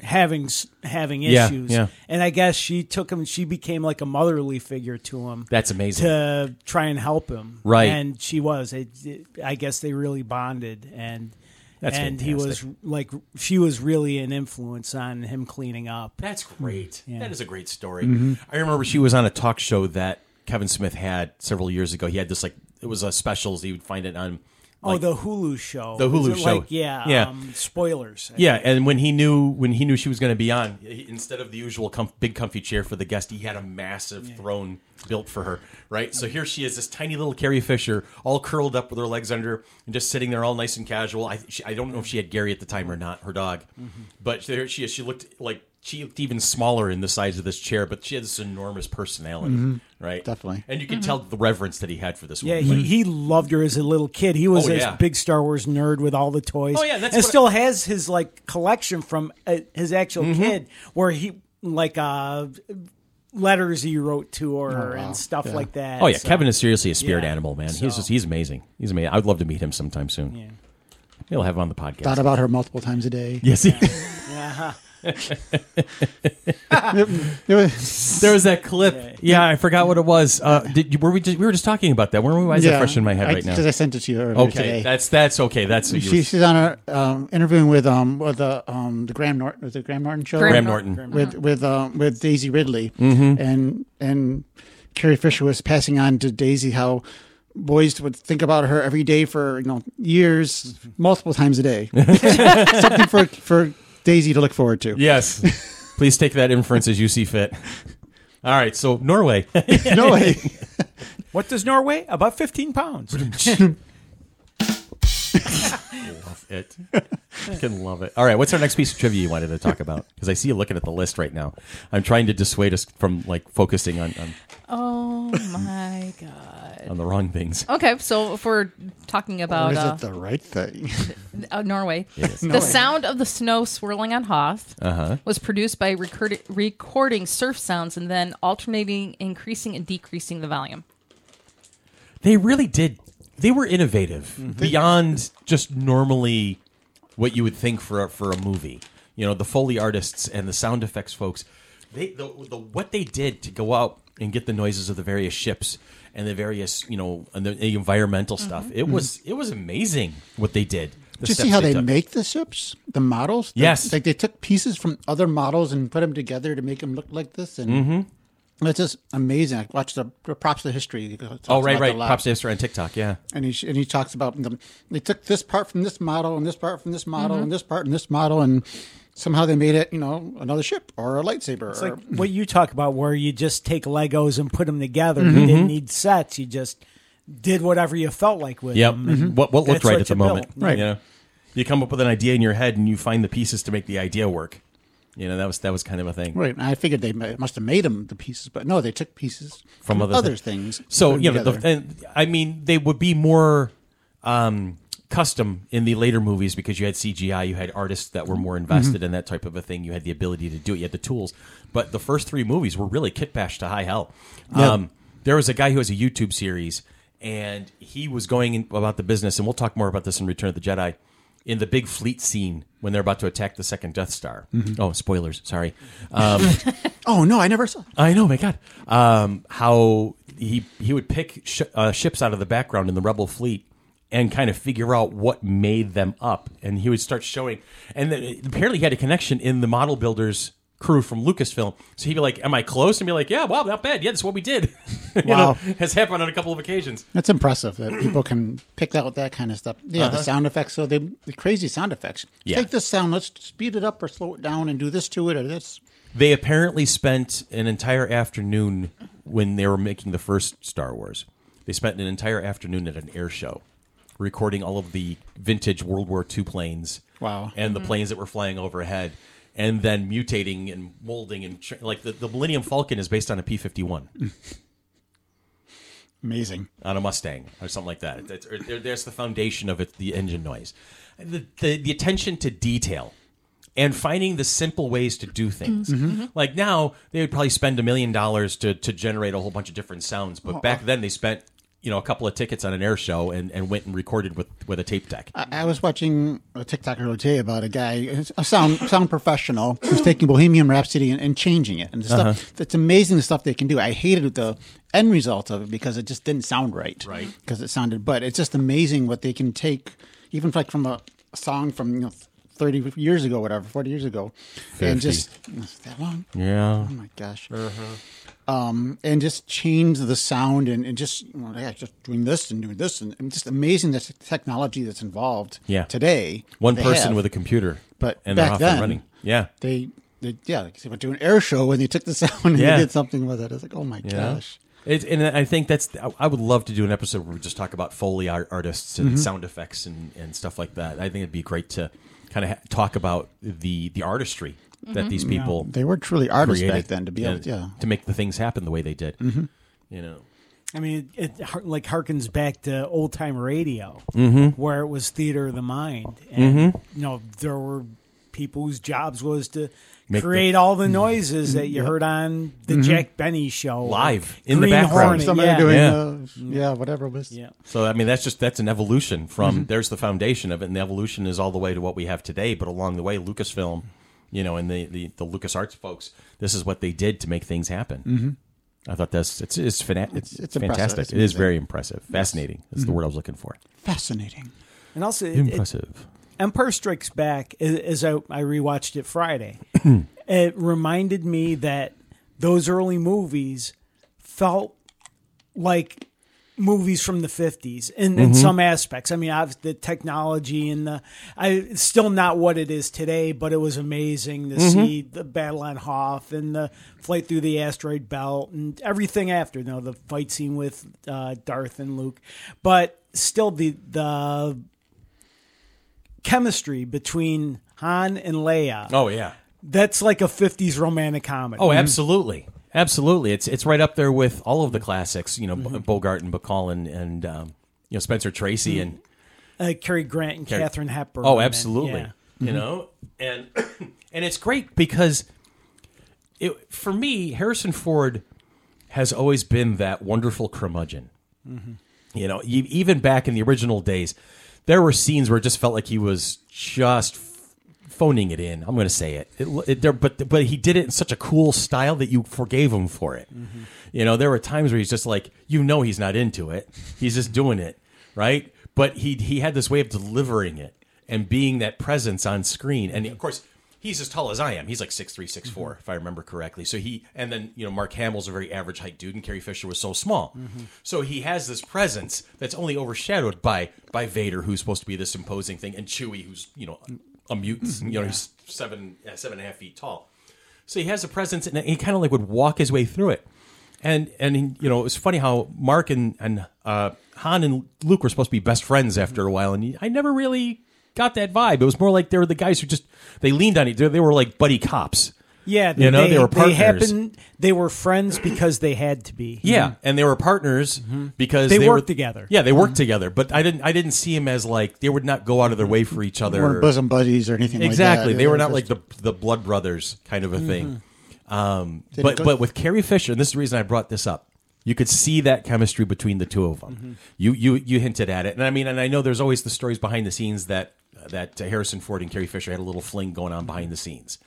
Speaker 3: having s- having
Speaker 1: Yeah,
Speaker 3: issues,
Speaker 1: yeah.
Speaker 3: and I guess she took him. She became like a motherly figure to him
Speaker 1: That's amazing.
Speaker 3: to try and help him.
Speaker 1: Right.
Speaker 3: And she was. It, it- I guess they really bonded and
Speaker 1: That's
Speaker 3: and he was
Speaker 1: fantastic.
Speaker 3: like she was really an influence on him cleaning up.
Speaker 1: That's great. That is a great story. I remember she was on a talk show that Kevin Smith had several years ago. He had this like it was a specials. He would find it on.
Speaker 3: Oh, the Hulu show.
Speaker 1: The Hulu
Speaker 3: Is it
Speaker 1: show.
Speaker 3: Like, yeah.
Speaker 1: Yeah.
Speaker 3: Um, spoilers.
Speaker 1: Yeah, and when he knew when he knew she was going to be on, he, instead of the usual comf- big comfy chair for the guest, he had a massive throne built for her. Right, so here she is, this tiny little Carrie Fisher, all curled up with her legs under, her and just sitting there all nice and casual. I she, I don't know if she had Gary at the time or not, her dog,
Speaker 3: Mm-hmm.
Speaker 1: but there she is. She looked like she looked even smaller in the size of this chair, but she had this enormous personality, right?
Speaker 2: Definitely.
Speaker 1: and you could tell the reverence that he had for this
Speaker 3: Mm-hmm. Yeah,
Speaker 1: woman.
Speaker 3: he, he loved her as a little kid. He was
Speaker 1: Oh,
Speaker 3: a
Speaker 1: yeah.
Speaker 3: big Star Wars nerd with all the toys.
Speaker 1: Oh, yeah, that's
Speaker 3: and
Speaker 1: what I-
Speaker 3: still has his like collection from uh, his actual
Speaker 1: Mm-hmm.
Speaker 3: kid, where he like uh, letters he wrote to her
Speaker 2: wow.
Speaker 3: and stuff
Speaker 2: Yeah.
Speaker 3: like that.
Speaker 1: Oh yeah,
Speaker 3: So-
Speaker 1: Kevin is seriously a spirit
Speaker 3: uh, Yeah.
Speaker 1: animal, man. He's
Speaker 3: So-
Speaker 1: just he's amazing. He's amazing. I would love to meet him sometime soon.
Speaker 3: Yeah.
Speaker 1: He'll have him on the podcast. [laughs]
Speaker 2: Thought about her multiple times a day.
Speaker 1: yes,
Speaker 2: [laughs]
Speaker 1: he-
Speaker 3: Yeah.
Speaker 2: It was-
Speaker 1: there was that clip. Yeah, I forgot what it was. Uh, did you, were we just, we were just talking about that, weren't we? Why is that fresh in my head
Speaker 2: I-
Speaker 1: right now?
Speaker 2: Because I sent it to you earlier
Speaker 1: okay,
Speaker 2: today.
Speaker 1: that's that's okay. That's what you
Speaker 2: she,
Speaker 1: were-
Speaker 2: she's on a um, interviewing with um with the um the Graham Norton was it Graham Norton show
Speaker 4: Graham
Speaker 1: Graham
Speaker 4: Norton.
Speaker 1: Norton. Mm-hmm.
Speaker 2: with with um with Daisy Ridley and and Carrie Fisher was passing on to Daisy how boys would think about her every day for you know years
Speaker 1: Mm-hmm.
Speaker 2: multiple times a
Speaker 1: [laughs]
Speaker 2: day something for for Daisy to look forward to
Speaker 1: [laughs] Yes, please take that inference as you see fit. All right, so Norway. [laughs]
Speaker 2: no way
Speaker 3: What does Norway? About 15 pounds.
Speaker 1: love it. I can love it. All right, what's our next piece of trivia you wanted to talk about? Because I see you looking at the list right now. I'm trying to dissuade us from like focusing on on,
Speaker 2: [laughs]
Speaker 4: Oh my god.
Speaker 1: on the wrong things.
Speaker 4: Okay, so if we're talking
Speaker 2: or
Speaker 4: about
Speaker 2: is
Speaker 4: uh,
Speaker 2: it the right thing
Speaker 4: uh, Norway, the sound of the snow swirling on Hoth
Speaker 2: Uh-huh.
Speaker 4: was produced by recurdi- recording surf sounds and then alternating, increasing and decreasing the volume.
Speaker 1: They really did. They were innovative beyond just normally what you would think for a, for a movie. you know the foley artists and the sound effects folks they the, the what they did to go out and get the noises of the various ships and the various you know and the, the environmental stuff it was it was amazing what they did the
Speaker 2: Did you see
Speaker 1: steps
Speaker 2: how they,
Speaker 1: took.
Speaker 2: make the ships, the models? They-
Speaker 1: Yes.
Speaker 2: like they took pieces from other models and put them together to make them look like this, and it's just amazing. I watched the, the props to history. He talks
Speaker 1: Mm-hmm. oh right
Speaker 2: about that
Speaker 1: right
Speaker 2: a lot.
Speaker 1: props to Esther on tiktok yeah
Speaker 2: and he and he talks about them. They took this part from this model, and this part from this model,
Speaker 1: Mm-hmm.
Speaker 2: and this part and this model, and somehow they made it, you know, another ship or a lightsaber.
Speaker 3: It's
Speaker 2: or,
Speaker 3: like what you talk about, where you just take Legos and put them together.
Speaker 1: Mm-hmm.
Speaker 3: You didn't need sets. You just did whatever you felt like with
Speaker 1: Yep. Mm-hmm.
Speaker 3: them. And
Speaker 1: What what
Speaker 3: mm-hmm. that's
Speaker 1: looked right
Speaker 3: what
Speaker 1: at the
Speaker 3: you built.
Speaker 1: moment.
Speaker 2: Right.
Speaker 1: You know? You come up with an idea in your head and you find the pieces to make the idea work. You know, that was that was kind of a thing.
Speaker 2: Right, and I figured they ma- must have made them the pieces, but no, they took pieces
Speaker 1: From other
Speaker 2: other
Speaker 1: thi-
Speaker 2: things.
Speaker 1: So,
Speaker 2: put
Speaker 1: you
Speaker 2: 'em
Speaker 1: know, the,
Speaker 2: together.
Speaker 1: and I mean, they would be more um custom in the later movies because you had CGI, you had artists that were more invested in that type of a thing, you had the ability to do it, you had the tools. But the first 3 movies were really kitbash to high hell. Um there was a guy who has a YouTube series and he was going in about the business and we'll talk more about this in Return of the Jedi. in the big fleet scene when they're about to attack the second Death Star. Oh, spoilers! Sorry. Um,
Speaker 2: oh no, I never saw.
Speaker 1: I know, my God. Um, how he he would pick sh- uh, ships out of the background in the Rebel fleet and kind of figure out what made them up, and he would start showing. And then, apparently, he had a connection in the model builders crew from Lucasfilm. So he'd be like, "Am I close?" And be like, "Yeah, wow, not bad. Yeah, that's what we did." [laughs] you
Speaker 2: Wow.
Speaker 1: know, has happened on a couple of occasions.
Speaker 2: That's impressive that people can pick out that kind of stuff. Yeah, the sound effects. So they the crazy sound effects.
Speaker 1: Yeah.
Speaker 2: Take this sound, let's speed it up or slow it down, and do this to it or this.
Speaker 1: They apparently spent an entire afternoon when they were making the first Star Wars. They spent an entire afternoon at an air show recording all of the vintage World War II planes.
Speaker 2: Wow.
Speaker 1: And the planes that were flying overhead and then mutating and molding and tr- like the, the Millennium Falcon is based on a P 51
Speaker 2: Amazing.
Speaker 1: on a Mustang or something like that. That's, or there- there's the foundation of it, the engine noise, the, the the attention to detail, and finding the simple ways to do things.
Speaker 2: Mm-hmm.
Speaker 1: Like now, they would probably spend a million dollars to to generate a whole bunch of different sounds,
Speaker 2: Oh.
Speaker 1: but back then they spent you know a couple of tickets on an air show and, and went and recorded with with a tape deck.
Speaker 2: I, I was watching a TikTok earlier today about a guy, a sound sound professional, who's taking Bohemian Rhapsody and, and changing it, and the stuff. That's amazing the stuff they can do. I hated the end result of it because it just didn't sound right.
Speaker 1: Right.
Speaker 2: Because it sounded, but it's just amazing what they can take, even like from a song from you know. 30 years ago, whatever, 40 years ago.
Speaker 1: 50.
Speaker 2: And just that long?
Speaker 1: Yeah,
Speaker 2: Oh my gosh.
Speaker 1: Mm-hmm.
Speaker 2: Um, and just change the sound and, and just you know, yeah, just doing this and doing this and, and just amazing the technology that's involved
Speaker 1: Yeah.
Speaker 2: today.
Speaker 1: one
Speaker 2: they
Speaker 1: person
Speaker 2: have.
Speaker 1: with a computer,
Speaker 2: But
Speaker 1: and
Speaker 2: back
Speaker 1: they're off
Speaker 2: then-
Speaker 1: and running. Yeah,
Speaker 2: they, they yeah, like, they were doing an air show and they took the [laughs] sound and
Speaker 1: Yeah.
Speaker 2: they did something with it. It's like, oh my gosh.
Speaker 1: It, and I think that's. I- I would love to do an episode where we just talk about foley art, artists
Speaker 2: Mm-hmm.
Speaker 1: and sound effects and, and stuff like that. I think it'd be great to kind of ha- talk about the the artistry that these people
Speaker 2: They were truly artists
Speaker 1: created
Speaker 2: back then to be able
Speaker 1: and
Speaker 2: to, yeah. Mm-hmm.
Speaker 1: to make the things happen the way they did. You know,
Speaker 3: I mean, it har- like harkens back to old time radio,
Speaker 1: Mm-hmm.
Speaker 3: where it was theater of the mind, and you know there were people whose jobs was to
Speaker 1: Make the- Mm-hmm.
Speaker 3: create all the noises that you heard on the Jack Benny show
Speaker 1: Live,
Speaker 3: or
Speaker 1: in the
Speaker 3: Green
Speaker 1: background.
Speaker 3: Hornet,
Speaker 2: Somebody
Speaker 3: yeah.
Speaker 2: doing
Speaker 1: Yeah.
Speaker 2: yeah. yeah, whatever it was.
Speaker 3: yeah.
Speaker 1: so I mean that's just that's an evolution from there's the foundation of it, and the evolution is all the way to what we have today. But along the way, Lucasfilm, you know, and the the, the LucasArts folks, this is what they did to make things happen. I thought that's it's it's, fana- it's,
Speaker 2: it's impressive.
Speaker 1: fantastic.
Speaker 2: It's
Speaker 1: It is
Speaker 2: amazing.
Speaker 1: very impressive. Fascinating is the word I was looking for.
Speaker 2: Fascinating.
Speaker 3: and also it- it,
Speaker 1: Impressive.
Speaker 3: Empire Strikes Back, a- as I, I rewatched it Friday, it reminded me that those early movies felt like movies from the 50s in, in some aspects. I mean, obv- the technology and the. I, it's still not what it is today, but it was amazing to see the Battle on Hoth and the flight through the asteroid belt and everything after, you know, the fight scene with uh, Darth and Luke. But still, the the chemistry between Han and Leia.
Speaker 1: Oh yeah.
Speaker 3: That's like a 50s romantic comedy.
Speaker 1: Oh, absolutely, absolutely. It's it's right up there with all of the classics. You know, Bo- Bogart and Bacall and, and um, you know Spencer Tracy and
Speaker 3: Uh, Cary Grant and
Speaker 1: Cary-
Speaker 3: Katherine Hepburn.
Speaker 1: Oh,
Speaker 3: and-
Speaker 1: absolutely. Mm-hmm.
Speaker 3: yeah.
Speaker 1: You know, and [coughs] and it's great because it for me Harrison Ford has always been that wonderful curmudgeon. You know, e- even back in the original days, there were scenes where it just felt like he was just f- phoning it in. I'm going to say it. it, it there, but but he did it in such a cool style that you forgave him for it. You know, there were times where he's just like, you know, he's not into it. He's just doing it, right? But he he had this way of delivering it and being that presence on screen. And of course, he's as tall as I am. He's like six three, six four, if I remember correctly. So he and then you know Mark Hamill's a very average height dude, and Carrie Fisher was so small. So he has this presence that's only overshadowed by by Vader, who's supposed to be this imposing thing, and Chewie, who's you know a mutant,
Speaker 3: Mm-hmm.
Speaker 1: you know, who's seven uh, seven and a half feet tall. So he has a presence, and he kind of like would walk his way through it. And and he, you know it was funny how Mark and and uh, Han and Luke were supposed to be best friends after a while, and he- I never really got that vibe. It was more like they were the guys who just they leaned on each other. They were like buddy cops.
Speaker 3: Yeah,
Speaker 1: You know, they were partners.
Speaker 3: happened. They were friends because they had to be.
Speaker 1: Yeah, and they were partners because
Speaker 3: Mm-hmm. They
Speaker 1: were-
Speaker 3: worked together. Mm-hmm.
Speaker 1: Yeah, they worked together. But I didn't I didn't see him as like they would not go out of their way for each other.
Speaker 2: weren't bosom buddies or anything like that.
Speaker 1: Exactly. They were not
Speaker 2: just- Mm-hmm.
Speaker 1: like the the blood brothers kind of a thing. Um,
Speaker 2: Didn't
Speaker 1: but
Speaker 2: go-
Speaker 1: but with Carrie Fisher, and this is the reason I brought this up. You could see that chemistry between the two of them.
Speaker 2: Mm-hmm.
Speaker 1: You you you hinted at it, and I mean, and I know there's always the stories behind the scenes that that Harrison Ford and Carrie Fisher had a little fling going on behind the scenes.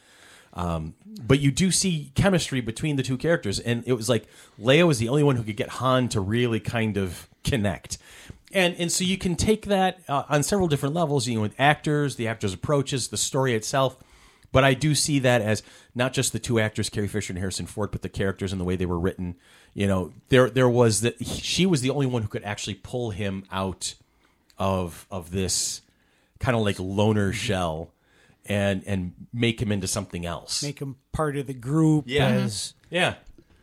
Speaker 1: Um, but you do see chemistry between the two characters, and it was like Leia was the only one who could get Han to really kind of connect, and and so you can take that uh, on several different levels. You know, with actors, the actors' approaches, the story itself. But I do see that as not just the two actors, Carrie Fisher and Harrison Ford, but the characters and the way they were written. You know, there there was that she was the only one who could actually pull him out of of this kind of like loner shell and and make him into something else.
Speaker 3: make him part of the group
Speaker 1: Yeah.
Speaker 3: as
Speaker 1: yeah.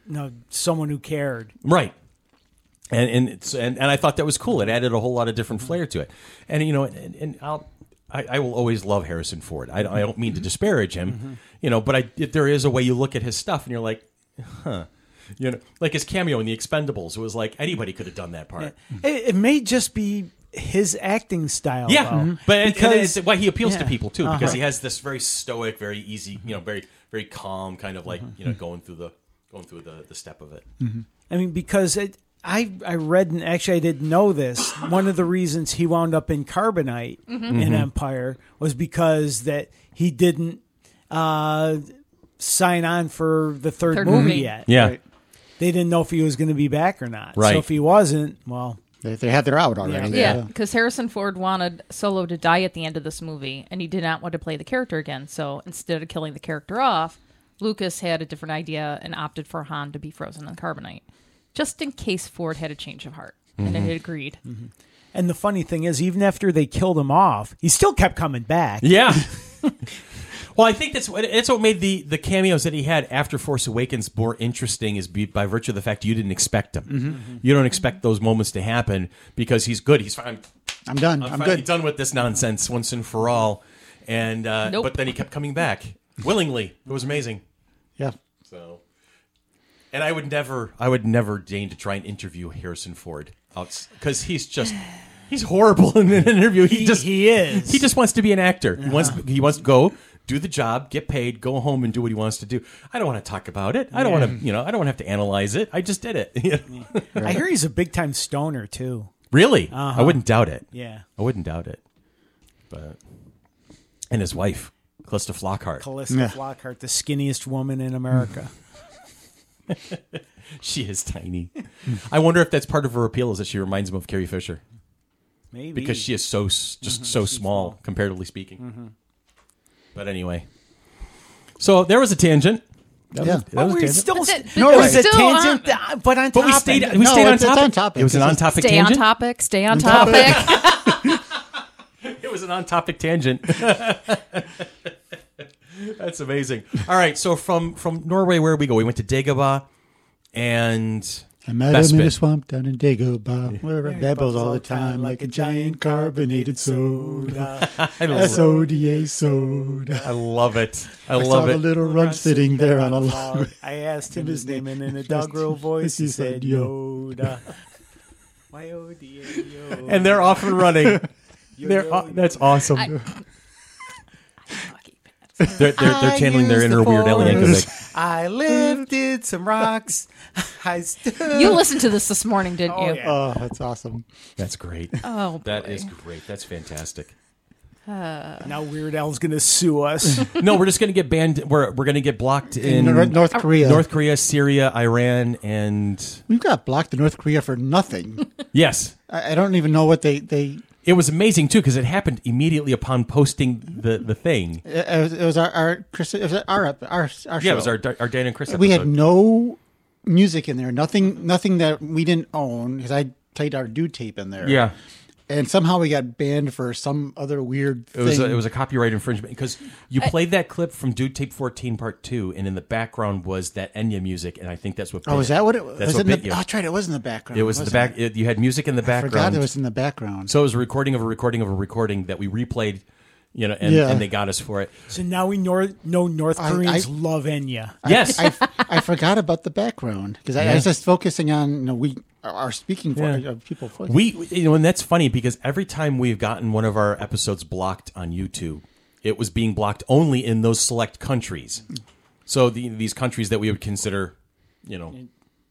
Speaker 3: you know, someone who cared.
Speaker 1: Right. And and it's and, and I thought that was cool. It added a whole lot of different
Speaker 3: Mm-hmm.
Speaker 1: flair to it. And you know, and, and I'll I, I will always love Harrison Ford. I, I don't mean
Speaker 3: Mm-hmm.
Speaker 1: to disparage him, you know, but I if there is a way you look at his stuff and you're like, huh. You know, like his cameo in The Expendables, it was like anybody could have done that part.
Speaker 3: It, it may just be his acting style.
Speaker 1: Yeah, Mm-hmm.
Speaker 3: though,
Speaker 1: but and- and
Speaker 3: Oh, because
Speaker 1: it's why he appeals to
Speaker 3: yeah, Uh-huh. Mm-hmm.
Speaker 1: people too, because he has this very stoic, very easy, you know, very very calm kind of like you know going through the going through the the step of it.
Speaker 3: I mean, because it, I I read and actually I didn't know this. One of the reasons he wound up in Carbonite in Empire was because that he didn't uh, sign on for the third,
Speaker 4: Third
Speaker 3: movie,
Speaker 4: movie.
Speaker 3: yet.
Speaker 1: Yeah,
Speaker 2: Right.
Speaker 3: They didn't know if he was going to be back or not.
Speaker 1: Right.
Speaker 3: So if he wasn't, well,
Speaker 2: They, they had their out already.
Speaker 3: Yeah.
Speaker 4: Yeah, because Harrison Ford wanted Solo to die at the end of this movie, and he did not want to play the character again. So instead of killing the character off, Lucas had a different idea and opted for Han to be frozen in carbonite, just in case Ford had a change of heart and had agreed.
Speaker 3: and the funny thing is, even after they killed him off, he still kept coming back.
Speaker 1: Yeah. [laughs] well, I think that's what that's what made the the cameos that he had after Force Awakens more interesting is be, by virtue of the fact you didn't expect them. You don't expect those moments to happen because he's good. He's fine.
Speaker 2: I'm done.
Speaker 1: I'm,
Speaker 2: I'm,
Speaker 1: finally
Speaker 2: good.
Speaker 1: done with this nonsense once and for all. And uh,
Speaker 4: Nope.
Speaker 1: but then he kept coming back willingly. It was amazing.
Speaker 2: Yeah.
Speaker 1: So, and I would never, I would never deign to try and interview Harrison Ford because he's just, he's horrible in an interview. He,
Speaker 3: He-
Speaker 1: just
Speaker 3: he is.
Speaker 1: He just wants to be an actor. He wants, he wants to go do the job, get paid, go home and do what he wants to do. I don't want to talk about it. I don't want to, you know, I don't want to have to analyze it. I just did it. [laughs] You know?
Speaker 3: I hear he's a big time stoner too.
Speaker 1: really, I wouldn't doubt it.
Speaker 3: Uh-huh. Yeah.
Speaker 1: I wouldn't doubt it. But and his wife, Calista Flockhart,
Speaker 3: Callista
Speaker 2: Yeah.
Speaker 3: Flockhart, the skinniest woman in America.
Speaker 1: she is tiny. I wonder if that's part of her appeal is that she reminds him of Carrie Fisher.
Speaker 3: Maybe
Speaker 1: because she is so s-
Speaker 3: Mm-hmm.
Speaker 1: just so small, comparatively speaking. But anyway, so there was a tangent. That
Speaker 2: Yeah.
Speaker 1: was, that
Speaker 3: But
Speaker 1: was a
Speaker 3: we're
Speaker 1: tangent.
Speaker 3: still
Speaker 4: That's it.
Speaker 3: no, it
Speaker 4: But we're
Speaker 3: was a
Speaker 4: still
Speaker 3: tangent, uh, but on
Speaker 1: but we
Speaker 3: topic.
Speaker 1: stayed. We
Speaker 2: No,
Speaker 1: stayed on
Speaker 2: it's- it's
Speaker 1: topic.
Speaker 2: on topic.
Speaker 1: It was an
Speaker 2: It's-
Speaker 1: on topic
Speaker 4: Stay on
Speaker 1: tangent.
Speaker 4: topic. Stay on topic.
Speaker 1: It was an on topic tangent. [laughs] That's amazing. All right, so from from Norway, where did we go? We went to Dagobah, and
Speaker 2: I met
Speaker 1: Best
Speaker 2: him in
Speaker 1: bit.
Speaker 2: a swamp down in Dagobah, where it babbles all the time like a giant carbonated soda.
Speaker 3: [laughs]
Speaker 1: I
Speaker 2: S
Speaker 1: love,
Speaker 2: O D A soda.
Speaker 1: I love it. I
Speaker 2: I saw
Speaker 1: love
Speaker 2: the
Speaker 1: it.
Speaker 2: little runt sitting there on a [laughs] log.
Speaker 3: I asked him his name, and in a
Speaker 2: Just-
Speaker 3: doggerel voice, he
Speaker 2: he said, [laughs]
Speaker 3: said, "Yoda." Y-O-D-A-O.
Speaker 1: And they're off and running. [laughs] they're,
Speaker 3: Yo-yo.
Speaker 1: that's awesome.
Speaker 4: I-
Speaker 1: they're, they're, they're channeling their inner Weird Al Yankovic.
Speaker 3: I lifted some rocks. [laughs] I stood.
Speaker 4: [laughs] you listened to this this morning, didn't
Speaker 3: Oh,
Speaker 2: Uh,
Speaker 4: you?
Speaker 3: yeah.
Speaker 2: Oh, that's awesome.
Speaker 1: That's great.
Speaker 4: Oh,
Speaker 1: That
Speaker 4: boy.
Speaker 1: is great. That's fantastic.
Speaker 3: now Weird Al's gonna sue
Speaker 2: [laughs]
Speaker 3: us.
Speaker 1: No, we're just going to get banned. We're, we're going to get blocked in
Speaker 2: Nor- North Korea.
Speaker 1: North Korea, Syria, Iran, and
Speaker 2: We've got blocked in North Korea for nothing.
Speaker 1: yes,
Speaker 2: I, I don't even know what they they.
Speaker 1: it was amazing too because it happened immediately upon posting the the thing.
Speaker 2: It, it was, it was our our Chris. It was our ep- our our show.
Speaker 1: Yeah, it was our our Dan and Chris.
Speaker 2: we had
Speaker 1: episode.
Speaker 2: no music in there. Nothing. Nothing that we didn't own because I played our dude tape in there.
Speaker 1: yeah.
Speaker 2: And somehow we got banned for some other weird
Speaker 1: It
Speaker 2: thing.
Speaker 1: was, a, it was a copyright infringement because you played that clip from Dude Tape 14 Part 2, and in the background was that Enya music, and I think that's what.
Speaker 2: oh,
Speaker 1: bit-
Speaker 2: is that what it was?
Speaker 1: That's
Speaker 2: was
Speaker 1: what
Speaker 2: it in
Speaker 1: bit
Speaker 2: the,
Speaker 1: you.
Speaker 2: oh, that's right. It was in the background.
Speaker 1: It was in the
Speaker 2: wasn't
Speaker 1: back. It, you had music in the
Speaker 2: I forgot
Speaker 1: background.
Speaker 2: it was in the background.
Speaker 1: so it was a recording of a recording of a recording that we replayed, you know, and,
Speaker 2: Yeah.
Speaker 1: and they got us for it.
Speaker 3: so now we nor- know North
Speaker 2: I-
Speaker 3: Koreans
Speaker 2: I-
Speaker 3: love Enya.
Speaker 1: yes,
Speaker 2: I, I forgot about the background because I, I was just focusing on you know we are speaking for
Speaker 1: Yeah.
Speaker 2: uh, people. For,
Speaker 1: We, you know, and that's funny because every time we've gotten one of our episodes blocked on YouTube, it was being blocked only in those select countries. So the, these countries that we would consider, you know,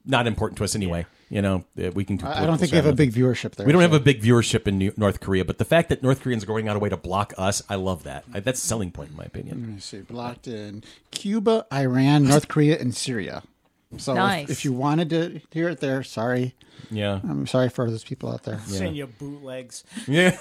Speaker 1: not important to us anyway. You know, that we can. Do
Speaker 2: I I
Speaker 1: political
Speaker 2: don't think we have a
Speaker 1: silence.
Speaker 2: big viewership there.
Speaker 1: We don't have a big viewership in New- North Korea, but the fact that North Koreans are going out of way to block us, I love that. I, that's a selling point in my opinion.
Speaker 2: Let's see, blocked in Cuba, Iran, North Korea, and Syria. So if-
Speaker 4: Nice.
Speaker 2: if, you wanted to hear it there, sorry,
Speaker 1: Yeah,
Speaker 2: I'm sorry for those people out there.
Speaker 3: Send you bootlegs.
Speaker 1: [laughs] yeah.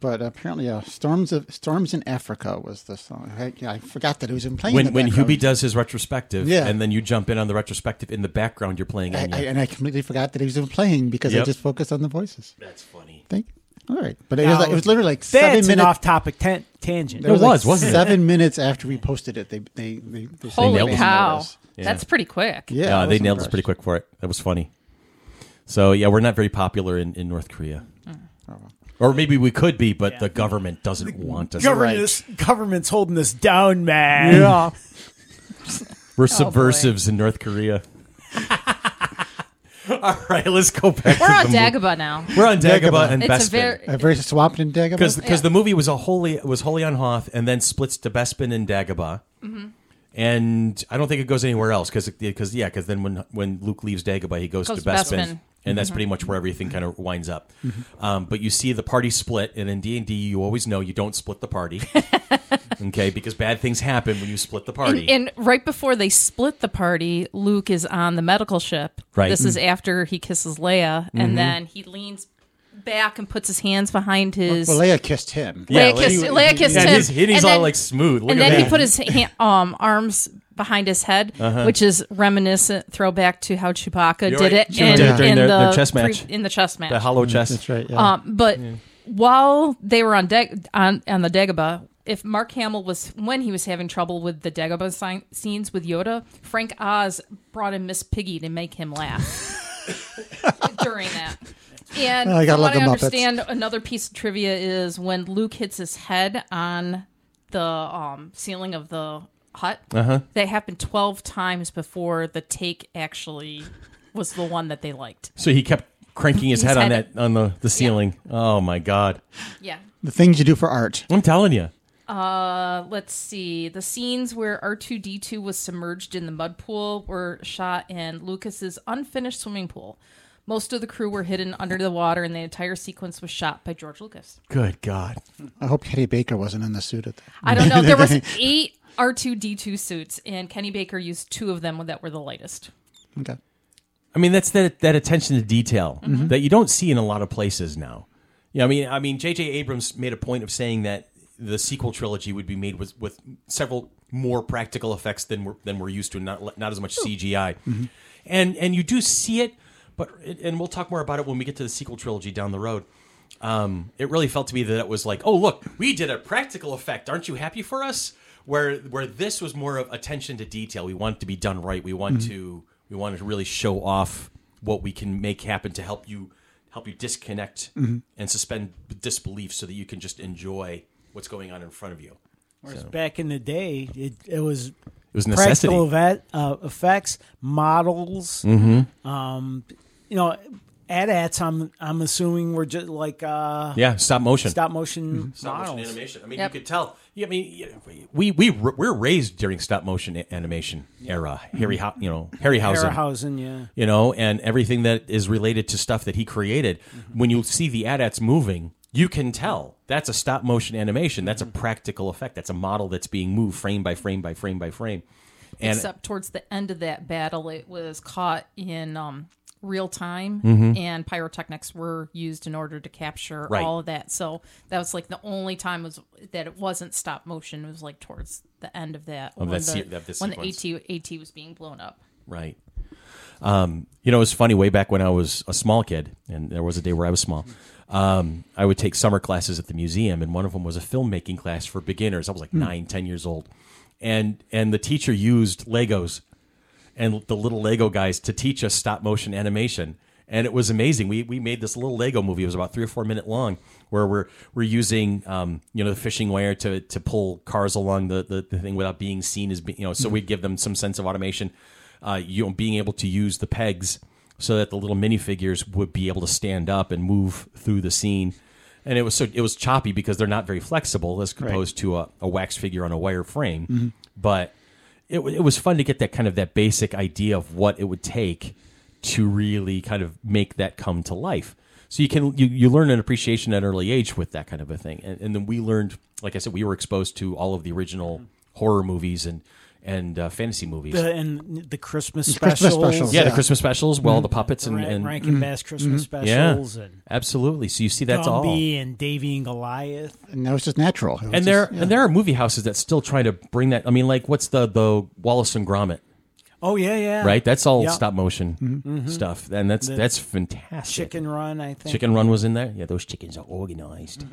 Speaker 2: But apparently, uh, storms of storms in Africa was the song. I, yeah, I forgot that it was in playing. in
Speaker 1: When
Speaker 2: the
Speaker 1: when
Speaker 2: background.
Speaker 1: Hubie does his retrospective,
Speaker 2: Yeah.
Speaker 1: and then you jump in on the retrospective in the background, you're playing.
Speaker 2: I,
Speaker 1: Enya.
Speaker 2: I, and I completely forgot that he was even playing because I
Speaker 1: Yep.
Speaker 2: just focused on the voices.
Speaker 1: that's funny.
Speaker 2: Thank you. All right, but it was like, it was literally like
Speaker 3: That's
Speaker 2: seven
Speaker 3: an
Speaker 2: minutes
Speaker 3: off-topic tan- tangent.
Speaker 2: There
Speaker 1: It
Speaker 2: like
Speaker 1: was, wasn't it?
Speaker 2: seven minutes after we posted it, they they they, they
Speaker 4: Holy
Speaker 1: nailed it.
Speaker 4: cow.
Speaker 1: Yeah.
Speaker 4: That's pretty quick.
Speaker 2: Yeah,
Speaker 1: Yeah,
Speaker 2: I
Speaker 1: Uh, they
Speaker 2: was
Speaker 1: nailed us
Speaker 2: impressed.
Speaker 1: pretty quick for it. That was funny. So yeah, we're not very popular in, in North Korea,
Speaker 2: Mm. Oh,
Speaker 1: or maybe we could be, but the government doesn't want us.
Speaker 3: Government is- government's holding this down, man.
Speaker 2: Yeah,
Speaker 1: We're
Speaker 2: Oh,
Speaker 1: subversives in North
Speaker 2: [laughs]
Speaker 1: Korea. All right, let's go back.
Speaker 4: We're
Speaker 1: to
Speaker 4: on
Speaker 1: [laughs] the movie.
Speaker 4: Dagobah now.
Speaker 1: We're on Dagobah,
Speaker 2: Dagobah.
Speaker 1: and
Speaker 4: It's a
Speaker 1: Bespin.
Speaker 4: very
Speaker 2: a very swamped in Dagobah.
Speaker 1: because the movie was a wholly was wholly on Hoth, and then splits to Bespin and Dagobah.
Speaker 4: Mm-hmm.
Speaker 1: And I don't think it goes anywhere else because because yeah because then when when Luke leaves Dagobah, he goes,
Speaker 4: Goes
Speaker 1: to
Speaker 4: to
Speaker 1: Bespin,
Speaker 4: Bespin. Mm-hmm.
Speaker 1: and that's pretty much where everything kind of winds up. Um, but you see the party split, and in D and D, you always know you don't split the
Speaker 4: [laughs]
Speaker 1: party, okay? Because bad things happen when you split the party.
Speaker 4: And, and right before they split the party, Luke is on the medical ship.
Speaker 1: Right. Mm-hmm.
Speaker 4: This is after he kisses Leia, and then he leans back and puts his hands behind his.
Speaker 2: well, Leia kissed him.
Speaker 1: Yeah,
Speaker 4: Leia, kissed,
Speaker 1: Leia-
Speaker 4: Leia kissed
Speaker 1: yeah,
Speaker 4: him.
Speaker 1: and he's, and he's
Speaker 4: and
Speaker 1: all
Speaker 4: then-
Speaker 1: like smooth. Look
Speaker 4: and
Speaker 1: at
Speaker 4: then
Speaker 1: that.
Speaker 4: he
Speaker 1: [laughs]
Speaker 4: put his hand, um, arms behind his head, which is reminiscent throwback to how
Speaker 1: Uh-huh.
Speaker 4: Chewbacca
Speaker 1: You're right.
Speaker 4: did it
Speaker 1: Chewbacca
Speaker 4: in,
Speaker 1: did it during
Speaker 4: in
Speaker 1: their-
Speaker 4: the
Speaker 1: their chess match.
Speaker 4: In the chess match.
Speaker 1: the hollow chest.
Speaker 2: Mm-hmm. That's right. Yeah.
Speaker 4: Um, but while they were on Dag- on on the Dagobah, if Mark Hamill was when he was having trouble with the Dagobah sign- scenes with Yoda, Frank Oz brought in Miss Piggy to make him laugh during that. And
Speaker 2: I
Speaker 4: I
Speaker 2: gotta
Speaker 4: from
Speaker 2: love
Speaker 4: what I
Speaker 2: the Muppets.
Speaker 4: understand, another piece of trivia is when Luke hits his head on the um, ceiling of the hut. That happened twelve times before the take actually was the one that they liked.
Speaker 1: So he kept cranking his
Speaker 4: His
Speaker 1: head, on
Speaker 4: head.
Speaker 1: that on the the ceiling. Oh my god!
Speaker 4: Yeah.
Speaker 2: the things you do for art.
Speaker 1: I'm telling you.
Speaker 4: Uh, let's see. The scenes where R2D2 was submerged in the mud pool were shot in Lucas's unfinished swimming pool. Most of the crew were hidden under the water, and the entire sequence was shot by George Lucas.
Speaker 1: Good God.
Speaker 2: I hope Hetty Baker wasn't in the suit at that.
Speaker 4: I don't know. There was eight R2D2 suits, and Kenny Baker used two of them that were the lightest.
Speaker 2: [laughs] Okay.
Speaker 1: I mean, that's that that attention to detail that you don't see in a lot of places now. Yeah, I mean, I mean, J.J. Abrams made a point of saying that the sequel trilogy would be made with with several more practical effects than we're than we're used to, not not as much CGI, and and you do see it, but and we'll talk more about it when we get to the sequel trilogy down the road. Um, it really felt to me that it was like, oh look, we did a practical effect. Aren't you happy for us? Where where this was more of attention to detail. We want it to be done right. We want to we want to really show off what we can make happen to help you help you disconnect and suspend disbelief so that you can just enjoy what's going on in front of you.
Speaker 3: Whereas back in the day, it, it was
Speaker 1: It was necessity.
Speaker 3: practical event, uh, effects, models.
Speaker 1: Mm-hmm.
Speaker 3: Um, you know, AT-ATs. I'm I'm assuming were just like uh,
Speaker 1: Yeah, Uh-huh. stop motion.
Speaker 3: stop
Speaker 1: Mm-hmm.
Speaker 3: motion
Speaker 1: stop motion
Speaker 3: models.
Speaker 1: animation. I mean,
Speaker 4: Yep.
Speaker 1: you could tell. Yeah, I mean, yeah, we we we're raised during stop motion a- animation era. Harry, Ho- you know, Harryhausen.
Speaker 3: Harryhausen, yeah.
Speaker 1: you know, and everything that is related to stuff that he created. When you see the AT-ATs moving, you can tell that's a stop motion animation. That's a practical effect. That's a model that's being moved frame by frame by frame by frame. And
Speaker 4: Except towards the end of that battle, it was caught in um, real time, and pyrotechnics were used in order to capture
Speaker 1: Mm-hmm. Right.
Speaker 4: all of that. So that was like the only time was that it wasn't stop motion. It was like towards the end of that when
Speaker 1: that se-
Speaker 4: the,
Speaker 1: of this
Speaker 4: when
Speaker 1: sequence.
Speaker 4: the AT AT was being blown up.
Speaker 1: Right. Um, you know, it was funny way back when I was a small kid, and there was a day where I was small. Um, I would take summer classes at the museum, and one of them was a filmmaking class for beginners. I was like nine, ten years old, and and the teacher used Legos and the little Lego guys to teach us stop motion animation. And it was amazing. We, we made this little Lego movie. It was about three or four minute long, where we're we're using um, you know the fishing wire to to pull cars along the, the, the thing without being seen as be, you know. So we give them some sense of automation, uh, you know, being able to use the pegs so that the little minifigures would be able to stand up and move through the scene. And it was so it was choppy because they're not very flexible as opposed to a, a wax figure on a wire frame, but it, wa- it was fun to get that kind of that basic idea of what it would take to really kind of make that come to life. So you can you, you learn an appreciation at an early age with that kind of a thing, and, and then we learned, like I said, we were exposed to all of the original horror movies and and uh, fantasy movies.
Speaker 3: The, and the Christmas specials.
Speaker 2: Christmas specials,
Speaker 1: yeah, [laughs] the
Speaker 2: yeah.
Speaker 1: Christmas specials, well, the puppets
Speaker 3: and,
Speaker 1: and, and mm-hmm.
Speaker 3: Rankin Bass
Speaker 1: yeah,
Speaker 3: Christmas specials and
Speaker 1: absolutely. So you see that's all.
Speaker 3: Gumby and Davy and Goliath.
Speaker 2: and that was just natural. It was
Speaker 1: and
Speaker 2: just-
Speaker 1: there
Speaker 2: yeah.
Speaker 1: and there are movie houses that still try to bring that. I mean, like what's the the Wallace and Gromit,
Speaker 3: Oh yeah, yeah.
Speaker 1: right? That's all
Speaker 3: Yeah. Mm-hmm.
Speaker 1: stop motion stuff, and that's that's fantastic.
Speaker 3: Chicken Run, I think.
Speaker 1: Chicken Run was in there. Yeah, those chickens are organized.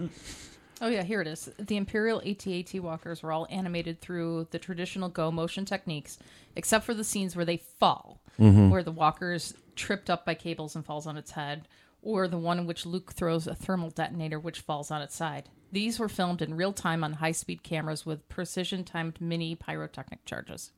Speaker 4: Oh yeah, here it is. The Imperial AT-AT walkers were all animated through the traditional go motion techniques, except for the scenes where they fall,
Speaker 1: Mm-hmm.
Speaker 4: where the walker's tripped up by cables and falls on its head, or the one in which Luke throws a thermal detonator which falls on its side. These were filmed in real time on high-speed cameras with precision timed mini pyrotechnic charges.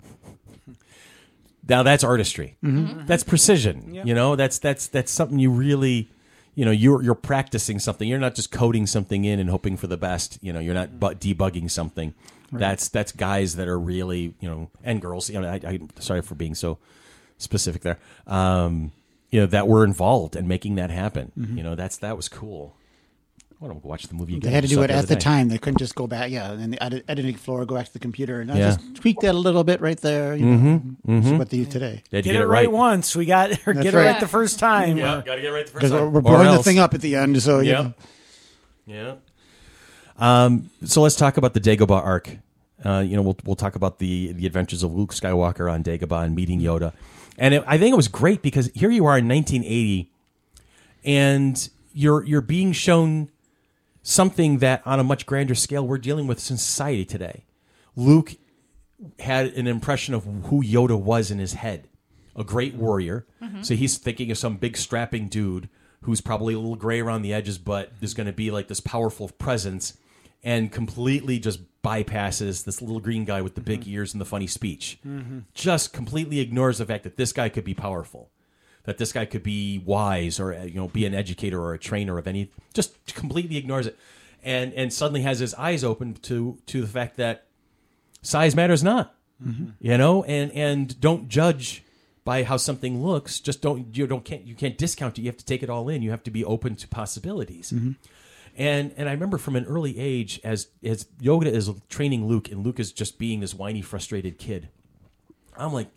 Speaker 1: Now that's artistry.
Speaker 2: Mm-hmm.
Speaker 1: That's precision. You know, that's that's that's something you really, you know, you're you're practicing something. You're not just coding something in and hoping for the best. You know, you're not bu- debugging something. That's that's guys that are really you know and girls. You know, I, I sorry for being so specific there. Um, you know that were involved in making that happen. You know, that's that was cool. I want to watch the movie again.
Speaker 2: Mm-hmm. They had to
Speaker 1: Just
Speaker 2: do
Speaker 1: saw
Speaker 2: it at
Speaker 1: other
Speaker 2: the
Speaker 1: day.
Speaker 2: time. They couldn't just go back. Yeah, and then the edit, editing floor, go back to the computer and I
Speaker 1: Yeah. Mm-hmm.
Speaker 2: just tweak that a little bit right there. You know, This is what they do today.
Speaker 1: They had to
Speaker 3: Get, it right.
Speaker 1: right.
Speaker 3: once. We got or get it
Speaker 2: right.
Speaker 3: right the first time.
Speaker 1: Yeah,
Speaker 3: or-
Speaker 1: gotta get it right the first
Speaker 2: Because
Speaker 1: time.
Speaker 2: we're
Speaker 1: Or
Speaker 2: blowing the
Speaker 1: else.
Speaker 2: thing up at the end, so yeah.
Speaker 1: Yeah. Yeah. Um, so let's talk about the Dagobah arc. Uh, you know, we'll we'll talk about the the adventures of Luke Skywalker on Dagobah and meeting Yoda, and it, I think it was great because here you are in 1980, and you're you're being shown something that on a much grander scale we're dealing with in society today. Luke had an impression of who Yoda was in his head. A great warrior. So he's thinking of some big strapping dude who's probably a little gray around the edges, but is going to be like this powerful presence and completely just bypasses this little green guy with the big ears and the funny speech. Just completely ignores the fact that this guy could be powerful, that this guy could be wise or uh, you know be an educator or a trainer of any just completely ignores it. And and suddenly has his eyes open to to the fact that size matters not you know and and don't judge by how something looks just don't you don't can't you can't discount it you have to take it all in you have to be open to possibilities and and i remember from an early age as as yoga is training luke and luke is just being this whiny frustrated kid i'm like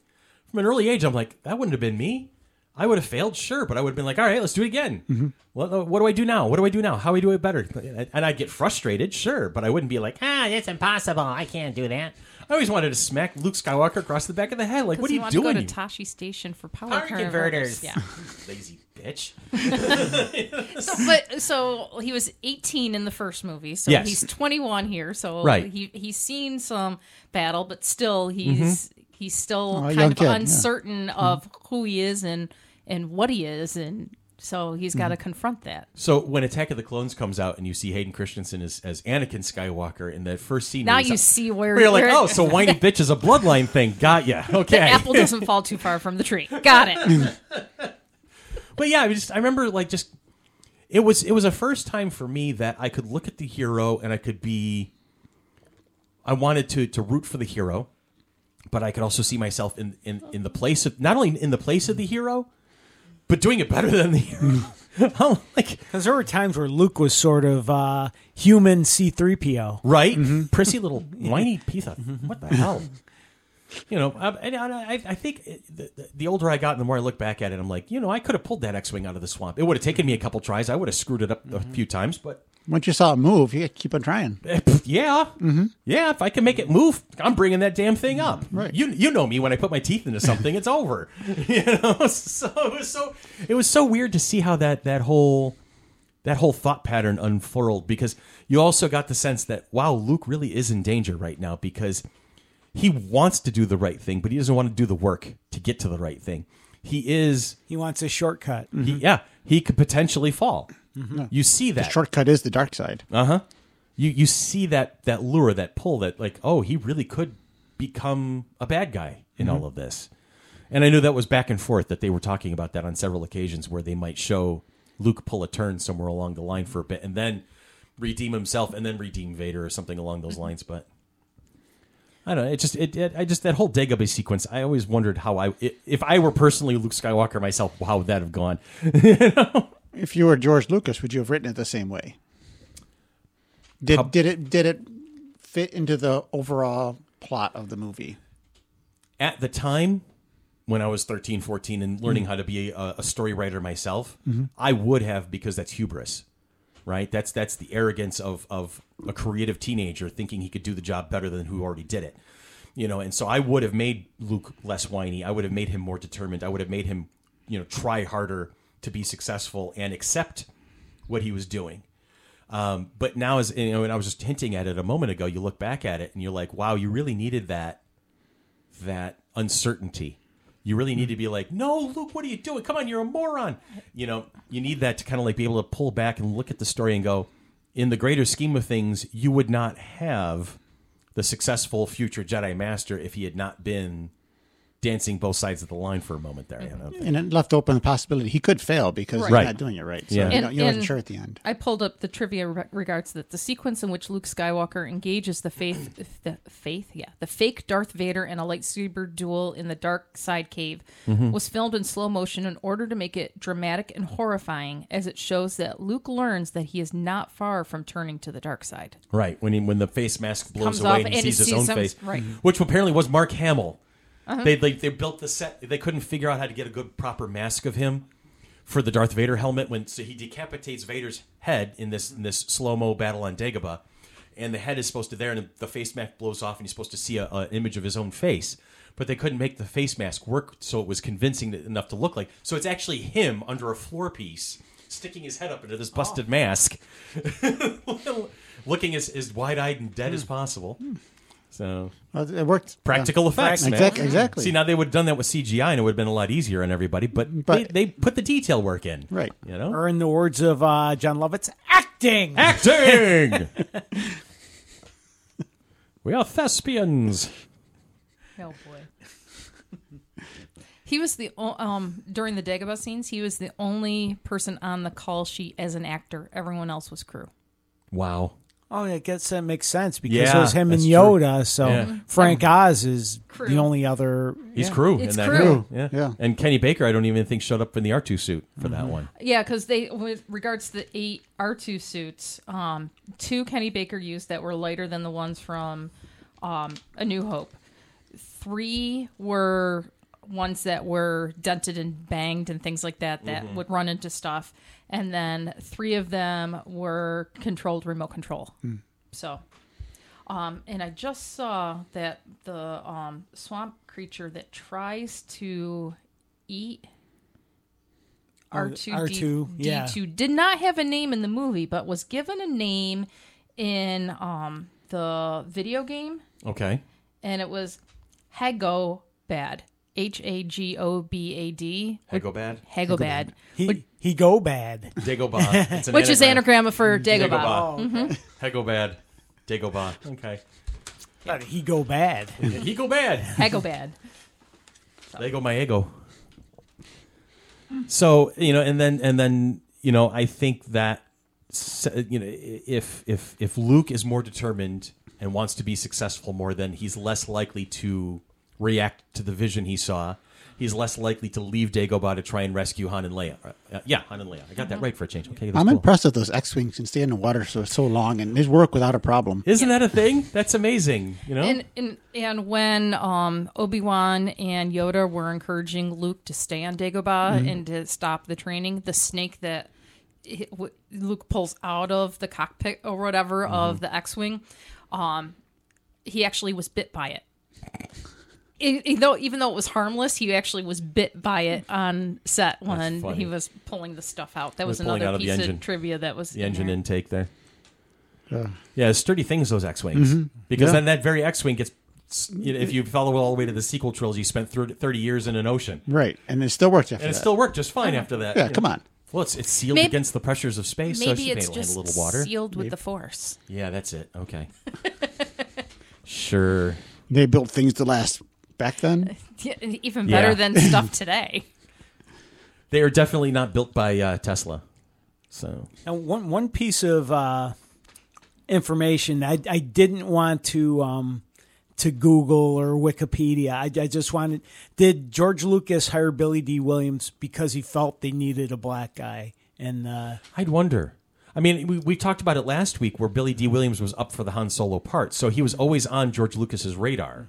Speaker 1: from an early age i'm like that wouldn't have been me i would have failed sure but i would have been like all right let's do it again what, what do i do now what do i do now how do i do it better and i'd get frustrated sure but i wouldn't be like ah it's impossible i can't do that i always wanted to smack luke skywalker across the back of the head like what are
Speaker 4: he
Speaker 1: you
Speaker 4: wants
Speaker 1: doing
Speaker 4: to go
Speaker 1: you
Speaker 4: to Tashi Station for power,
Speaker 1: Power converters.
Speaker 4: converters.
Speaker 1: [laughs]
Speaker 4: Yeah.
Speaker 1: lazy bitch
Speaker 4: So, but so he was 18 in the first movie, so
Speaker 1: Yes.
Speaker 4: he's 21 here. So
Speaker 1: Right.
Speaker 4: he he's seen some battle, but still he's
Speaker 1: Mm-hmm.
Speaker 4: he's still
Speaker 2: Oh, a young
Speaker 4: kind of
Speaker 2: kid, yeah.
Speaker 4: uncertain of who he is and and what he is, and so he's got to
Speaker 1: Mm-hmm.
Speaker 4: confront that.
Speaker 1: So when Attack of the Clones comes out and you see Hayden Christensen as, as Anakin Skywalker in that first scene,
Speaker 4: Now
Speaker 1: where he's
Speaker 4: you
Speaker 1: like-
Speaker 4: see where,
Speaker 1: where you're like,
Speaker 4: where-
Speaker 1: oh, so whiny bitch is a bloodline thing. Got
Speaker 4: [laughs]
Speaker 1: ya. [laughs] Okay.
Speaker 4: the apple doesn't fall too far from the tree. Got
Speaker 1: [laughs]
Speaker 4: it.
Speaker 1: but yeah, I was just I remember like just it was it was a first time for me that I could look at the hero and I could be I wanted to to root for the hero, but I could also see myself in in in the place of not only in the place of the hero, but doing it better than the [laughs] oh, like
Speaker 3: Because there were times where Luke was sort of uh, human C3PO.
Speaker 1: right, Mm-hmm. prissy little whiny piece of what the hell. You know, I, and I, I- I think it- the, the- the older I got, and the more I look back at it, I'm like, you know, I could have pulled that X-wing out of the swamp. It would have taken me a couple tries. I would have screwed it up a few times, but
Speaker 2: Once you saw it move, you keep on trying.
Speaker 1: Eh, pff, Yeah, yeah. If I can make it move, I'm bringing that damn thing up.
Speaker 2: Right.
Speaker 1: You you know me. When I put my teeth into something, it's over. You know. [laughs] So it was so it was so weird to see how that that whole that whole thought pattern unfurled because you also got the sense that wow, Luke really is in danger right now because he wants to do the right thing, but he doesn't want to do the work to get to the right thing. He is.
Speaker 3: He wants a shortcut.
Speaker 1: He, yeah. He could potentially fall. You see that
Speaker 2: Shortcut is the dark side.
Speaker 1: Uh. you you see that that lure, that pull, that like, oh, he really could become a bad guy in all of this. And I knew that was back and forth that they were talking about that on several occasions where they might show Luke pull a turn somewhere along the line for a bit and then redeem himself and then redeem Vader or something along those lines, but I don't know. It just it, it I just that whole Dagobah sequence. I always wondered how I i- if I were personally Luke Skywalker myself, how would that have gone?
Speaker 2: If you were George Lucas, would you have written it the same way? Did
Speaker 1: Prob-
Speaker 2: did it did it fit into the overall plot of the movie?
Speaker 1: at the time when I was 13, 14 and learning how to be a, a story writer myself, I would have because that's hubris, right? That's that's the arrogance of of a creative teenager thinking he could do the job better than who already did it. You know, and so I would have made Luke less whiny. I would have made him more determined. I would have made him, you know, try harder to be successful and accept what he was doing. Um, but now, as you know, and I was just hinting at it a moment ago, you look back at it and you're like, wow, you really needed that that uncertainty. You really need to be like, no, Luke, what are you doing? Come on, you're a moron. You know, you need that to kind of like be able to pull back and look at the story and go, in the greater scheme of things, you would not have the successful future Jedi Master if he had not been dancing both sides of the line for a moment there. You know?
Speaker 2: And it left open the possibility he could fail because
Speaker 4: Right.
Speaker 2: he's not doing it right. So
Speaker 1: Yeah.
Speaker 2: you
Speaker 4: And-
Speaker 2: know, you're not
Speaker 4: and-
Speaker 2: sure at the end.
Speaker 4: I pulled up the trivia re- regards that the sequence in which Luke Skywalker engages the faith, the faith, yeah, the fake Darth Vader in a lightsaber duel in the dark side cave was filmed in slow motion in order to make it dramatic and horrifying, as it shows that Luke learns that he is not far from turning to the dark side.
Speaker 1: Right. When he, when the face mask blows
Speaker 4: Comes
Speaker 1: away
Speaker 4: off
Speaker 1: and he
Speaker 4: and he
Speaker 1: sees his
Speaker 4: sees
Speaker 1: own
Speaker 4: some-
Speaker 1: face,
Speaker 4: right. Uh-huh.
Speaker 1: which apparently was Mark Hamill. They, they they built the set. They couldn't figure out how to get a good proper mask of him for the Darth Vader helmet. When so he decapitates Vader's head in this in this slow mo battle on Dagobah, and the head is supposed to there, and the face mask blows off, and he's supposed to see a- an image of his own face. But they couldn't make the face mask work, so it was convincing enough to look like. So it's actually him under a floor piece, sticking his head up into this busted
Speaker 4: Oh.
Speaker 1: mask looking as, as wide eyed and dead as possible. So
Speaker 2: Well, it worked.
Speaker 1: practical effects, man.
Speaker 2: Exactly. Exactly.
Speaker 1: See, now they would have done that with CGI, and it would have been a lot easier on everybody. But,
Speaker 2: But-
Speaker 1: they, they put the detail work in,
Speaker 2: Right.
Speaker 1: You know,
Speaker 3: Or in the words of uh, John Lovitz, acting.
Speaker 1: acting. we are thespians.
Speaker 4: Oh boy. he was the o- um during the Dagobah scenes. He was the only person on the call sheet as an actor. Everyone else was crew.
Speaker 1: Wow.
Speaker 3: Oh, I guess that makes sense because
Speaker 1: Yeah,
Speaker 3: it was him and
Speaker 1: that's
Speaker 3: Yoda. So
Speaker 1: Yeah.
Speaker 3: Frank Oz is
Speaker 4: Crew.
Speaker 3: the only other.
Speaker 1: He's crew in
Speaker 4: It's
Speaker 1: that
Speaker 4: crew. Crew,
Speaker 1: Yeah.
Speaker 2: yeah.
Speaker 1: And Kenny Baker, I don't even think showed up in the R2 suit for that one.
Speaker 4: Yeah, because they with regards to the eight R two suits, um, two Kenny Baker used that were lighter than the ones from um, A New Hope. Three were ones that were dented and banged and things like that that would run into stuff, and then three of them were controlled remote control. So, um, and I just saw that the um, swamp creature that tries to eat R two
Speaker 3: R2, yeah.
Speaker 4: D two did not have a name in the movie, but was given a name in um, the video game,
Speaker 1: Okay.
Speaker 4: and it was Hago Bad. H A G O B A D.
Speaker 1: Hagobad.
Speaker 4: Hagobad.
Speaker 3: He, he go bad.
Speaker 1: Dagobah. It's an
Speaker 4: Which is
Speaker 1: anagram.
Speaker 4: anagram for Dagobah. Mm-hmm.
Speaker 1: Hagobad. Dagobah. Okay.
Speaker 3: But he go bad.
Speaker 1: He go bad.
Speaker 4: Hagobad.
Speaker 1: They go my ego. So you know, and then and then you know, I think that s- you know, i- if if if Luke is more determined and wants to be successful more, then he's less likely to react to the vision he saw. he's less likely to leave Dagobah to try and rescue Han and Leia. Uh, yeah, Han and Leia. I got that right for a change. Okay, that's
Speaker 2: I'm
Speaker 1: cool.
Speaker 2: impressed that those X-wings can stay in the water so so long and they work without a problem.
Speaker 1: Isn't that a thing? That's amazing. You know,
Speaker 4: And, and and when um, Obi Wan and Yoda were encouraging Luke to stay on Dagobah
Speaker 1: Mm-hmm.
Speaker 4: and to stop the training, the snake that he- w- Luke pulls out of the cockpit or whatever
Speaker 1: Mm-hmm.
Speaker 4: of the X-wing, um, he actually was bit by it. E- e- though, even though it was harmless, he actually was bit by it on set when
Speaker 1: funny.
Speaker 4: he was pulling the stuff out. That
Speaker 1: was
Speaker 4: was,
Speaker 1: pulling out
Speaker 4: another
Speaker 1: of the
Speaker 4: piece
Speaker 1: engine.
Speaker 4: of trivia that was
Speaker 1: the engine
Speaker 4: there.
Speaker 1: intake there. Yeah, sturdy things those X-wings because
Speaker 2: Mm-hmm. Yeah. Mm-hmm.
Speaker 1: then that very X-wing gets. You know, if you follow all the way to the sequel trilogy, you spent thir- thirty years in an ocean,
Speaker 2: Right, and it still works after
Speaker 1: and it
Speaker 2: that.
Speaker 1: still worked just fine after that.
Speaker 2: yeah,
Speaker 1: you know.
Speaker 2: come on.
Speaker 1: Well, it's, it's sealed
Speaker 4: Maybe-
Speaker 1: against the pressures of space, so
Speaker 4: Maybe
Speaker 1: she
Speaker 4: it's
Speaker 1: may handle
Speaker 4: just
Speaker 1: a little water.
Speaker 4: sealed with the Force.
Speaker 1: Yeah, that's it. Okay. [laughs] sure.
Speaker 2: They built things to last back then.
Speaker 4: Yeah, even
Speaker 1: Yeah.
Speaker 4: better than stuff today.
Speaker 1: They are definitely not built by uh, Tesla. So
Speaker 3: Now, one one piece of uh, information I, I didn't want to um, to Google or Wikipedia. I, I just wanted did George Lucas hire Billy D. Williams because he felt they needed a black guy? And uh,
Speaker 1: I'd wonder. I mean, we, we talked about it last week where Billy D. Williams was up for the Han Solo part. So he was always on George Lucas's radar.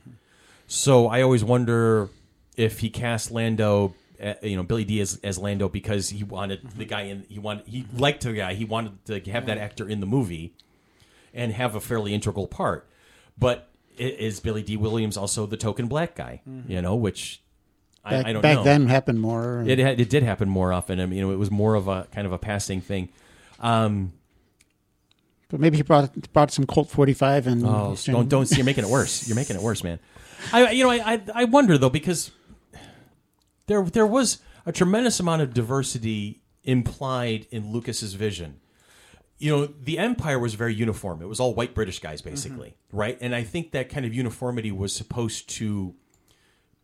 Speaker 1: So I always wonder if he cast Lando, uh, you know, Billy D. as, as Lando because he wanted the guy in, he wanted, he liked the guy. He wanted to have that actor in the movie and have a fairly integral part. But i- is Billy D. Williams also the token black guy, you know, which
Speaker 2: Back,
Speaker 1: I, I don't
Speaker 2: back
Speaker 1: know.
Speaker 2: then happened more.
Speaker 1: It had, it did happen more often. I mean, you know, it was more of a kind of a passing thing. Um,
Speaker 2: but maybe he brought brought some Colt 45 and
Speaker 1: oh, don't don't you're making it worse. You're making it worse, man. [laughs] I you know I I, I wonder though because there there was a tremendous amount of diversity implied in Lucas's vision. You know, the Empire was very uniform. It was all white British guys basically, right? And I think that kind of uniformity was supposed to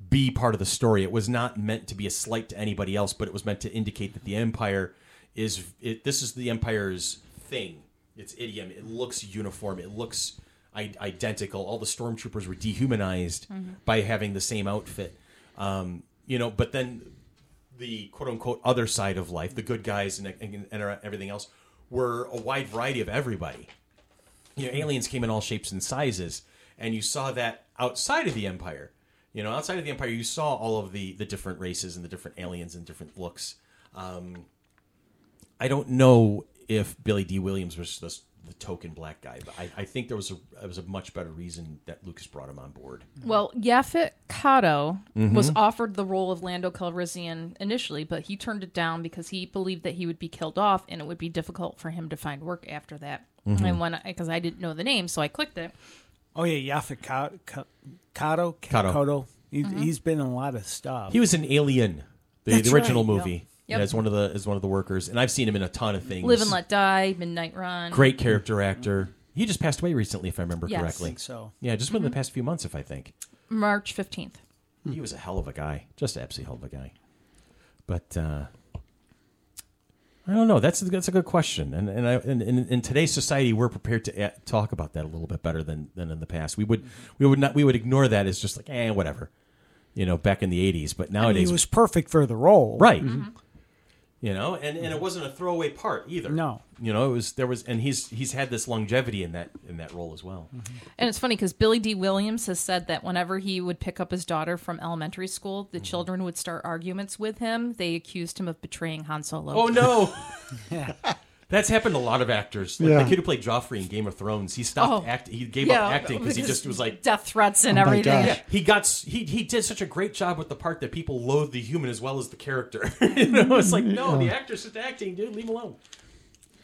Speaker 1: be part of the story. It was not meant to be a slight to anybody else, but it was meant to indicate that the empire is it, this is the empire's thing. It's idiom. It looks uniform. It looks I- identical. All the stormtroopers were dehumanized by having the same outfit. Um, you know, but then the quote unquote other side of life, the good guys and, and, and everything else, were a wide variety of everybody you know, aliens came in all shapes and sizes, and you saw that outside of the Empire. You know, outside of the Empire, you saw all of the the different races and the different aliens and different looks. Um, I don't know if Billy D. Williams was just the token black guy, but I, I think there was a there was a much better reason that Lucas brought him on board.
Speaker 4: [laughs] Well, Yaphet Kotto
Speaker 1: Mm-hmm.
Speaker 4: was offered the role of Lando Calrissian initially, but he turned it down because he believed that he would be killed off and it would be difficult for him to find work after that.
Speaker 1: Mm-hmm.
Speaker 4: And when because I didn't know the name, so I clicked it.
Speaker 3: oh yeah, Yaphet Ka- Ka- Kato
Speaker 1: Kato.
Speaker 3: He, He's been in a lot of stuff.
Speaker 1: He was an alien, the,
Speaker 3: That's
Speaker 1: the original
Speaker 3: right, yeah.
Speaker 1: movie.
Speaker 4: Yep.
Speaker 1: Yeah, as one of the as one of the workers, and I've seen him in a ton of things.
Speaker 4: Live and Let Die, Midnight Run.
Speaker 1: Great character actor. He just passed away recently, if I remember
Speaker 4: Yes. Mm-hmm.
Speaker 1: correctly.
Speaker 3: so
Speaker 1: Yeah, just within the past few months, if I think.
Speaker 4: March 15th.
Speaker 1: He was a hell of a guy, just an absolutely hell of a guy. But uh, I don't know. That's that's a good question, and and I and, and in today's society, we're prepared to a- talk about that a little bit better than than in the past. We would we would not we would ignore that as just like eh whatever, you know, back in the '80s. But
Speaker 3: I mean,
Speaker 1: nowadays,
Speaker 3: he was Mm-hmm. perfect for the role,
Speaker 1: right. Mm-hmm. You know, and, and it wasn't a throwaway part either.
Speaker 3: No.
Speaker 1: you know, it was there was, and he's he's had this longevity in that in that role as well.
Speaker 4: And it's funny because Billy D. Williams has said that whenever he would pick up his daughter from elementary school,
Speaker 1: Mm-hmm.
Speaker 4: the children would start arguments with him. They accused him of betraying Han Solo.
Speaker 1: Oh no.
Speaker 2: [laughs]
Speaker 1: [laughs] That's happened to a lot of actors. Like
Speaker 2: Yeah.
Speaker 1: the kid who played Joffrey in Game of Thrones, he stopped
Speaker 4: Oh.
Speaker 1: act. He gave up acting because he just was like
Speaker 4: death threats and
Speaker 2: Oh my
Speaker 4: everything.
Speaker 2: gosh.
Speaker 1: he got s- he he did such a great job with the part that people loathe the human as well as the character. [laughs] you know, it's like no, the actor's just acting, dude. Leave him alone.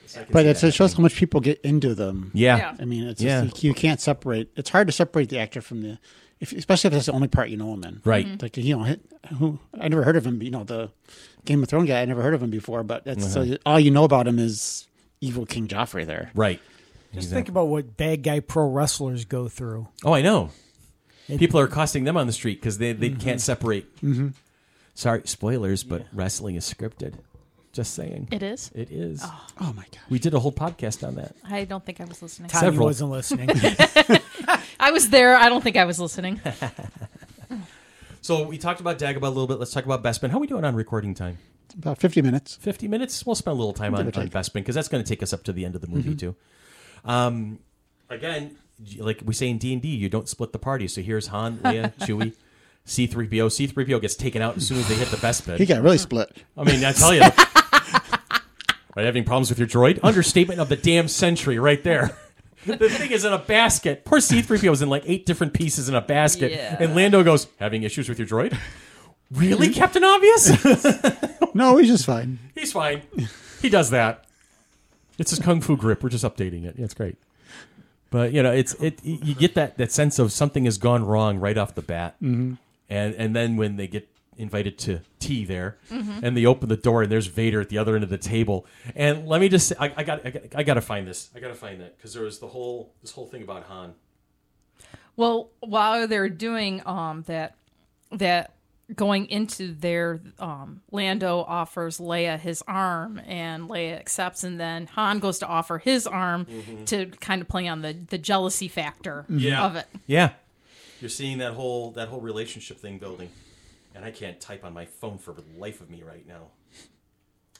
Speaker 1: So I can
Speaker 2: but
Speaker 1: see
Speaker 2: it's,
Speaker 1: that
Speaker 2: it shows how much people get into them.
Speaker 1: happening.
Speaker 4: Yeah.
Speaker 2: I mean, it's
Speaker 1: Yeah.
Speaker 2: just, you, you can't separate. It's hard to separate the actor from the, if, especially if that's the only part you know him in.
Speaker 1: Right.
Speaker 4: Mm-hmm.
Speaker 1: Mhm.
Speaker 2: Like you know, hit- who I never heard of him. You know, the Game of Thrones guy. I never heard of him before. But that's
Speaker 1: Uh-huh.
Speaker 2: so all you know about him is evil King Joffrey. There.
Speaker 1: right.
Speaker 3: Just think about what bad guy pro wrestlers go through.
Speaker 1: Oh, I know. People are accosting them on the street because they, they
Speaker 2: Mm-hmm.
Speaker 1: can't separate. Sorry, spoilers, but wrestling is scripted. Just saying,
Speaker 4: It is?
Speaker 1: it is.
Speaker 2: Oh my god.
Speaker 1: We did a whole podcast on that.
Speaker 4: I don't think I was listening.
Speaker 3: Tommy
Speaker 1: Several. [laughs]
Speaker 3: wasn't listening.
Speaker 4: I was there. I don't think I was listening.
Speaker 1: So we talked about Dagobah a little bit. Let's talk about Bespin. How are we doing on recording time?
Speaker 2: About 50 minutes.
Speaker 1: 50 minutes. We'll spend a little time on, on Bespin because that's going to take us up to the end of the movie too. Um, again, y- like we say in D and D, you don't split the party. So here's Han, Leia, Chewie, C three PO. C three PO gets taken out as soon as they hit the Bespin.
Speaker 2: He got really split.
Speaker 1: I mean, I tell you. [laughs] Are you having problems with your droid? Understatement of the damn century, right there. [laughs] the thing is in a basket. Poor C3PO is in like eight different pieces in a basket.
Speaker 4: Yeah.
Speaker 1: And Lando goes, Having issues with your droid? Really, Captain Obvious?
Speaker 2: No, he's just fine.
Speaker 1: He's fine. He does that. It's his kung fu grip. We're just updating it. Yeah, it's great. But you know, it's it. You get that that sense of something has gone wrong right off the bat, mm-hmm. and and then when they get invited to tea there, and they open the door and there's Vader at the other end of the table. And let me just, say, I, I got, I got, I got to find this. I got to find that because there was the whole this whole thing about Han.
Speaker 4: Well, while they're doing um that that going into their um Lando offers Leia his arm and Leia accepts and then Han goes to offer his arm to kind of play on the the jealousy factor
Speaker 1: Mm-hmm. Yeah.
Speaker 4: of it.
Speaker 1: Yeah, you're seeing that whole that whole relationship thing building, and I can't type on my phone for the life of me right now.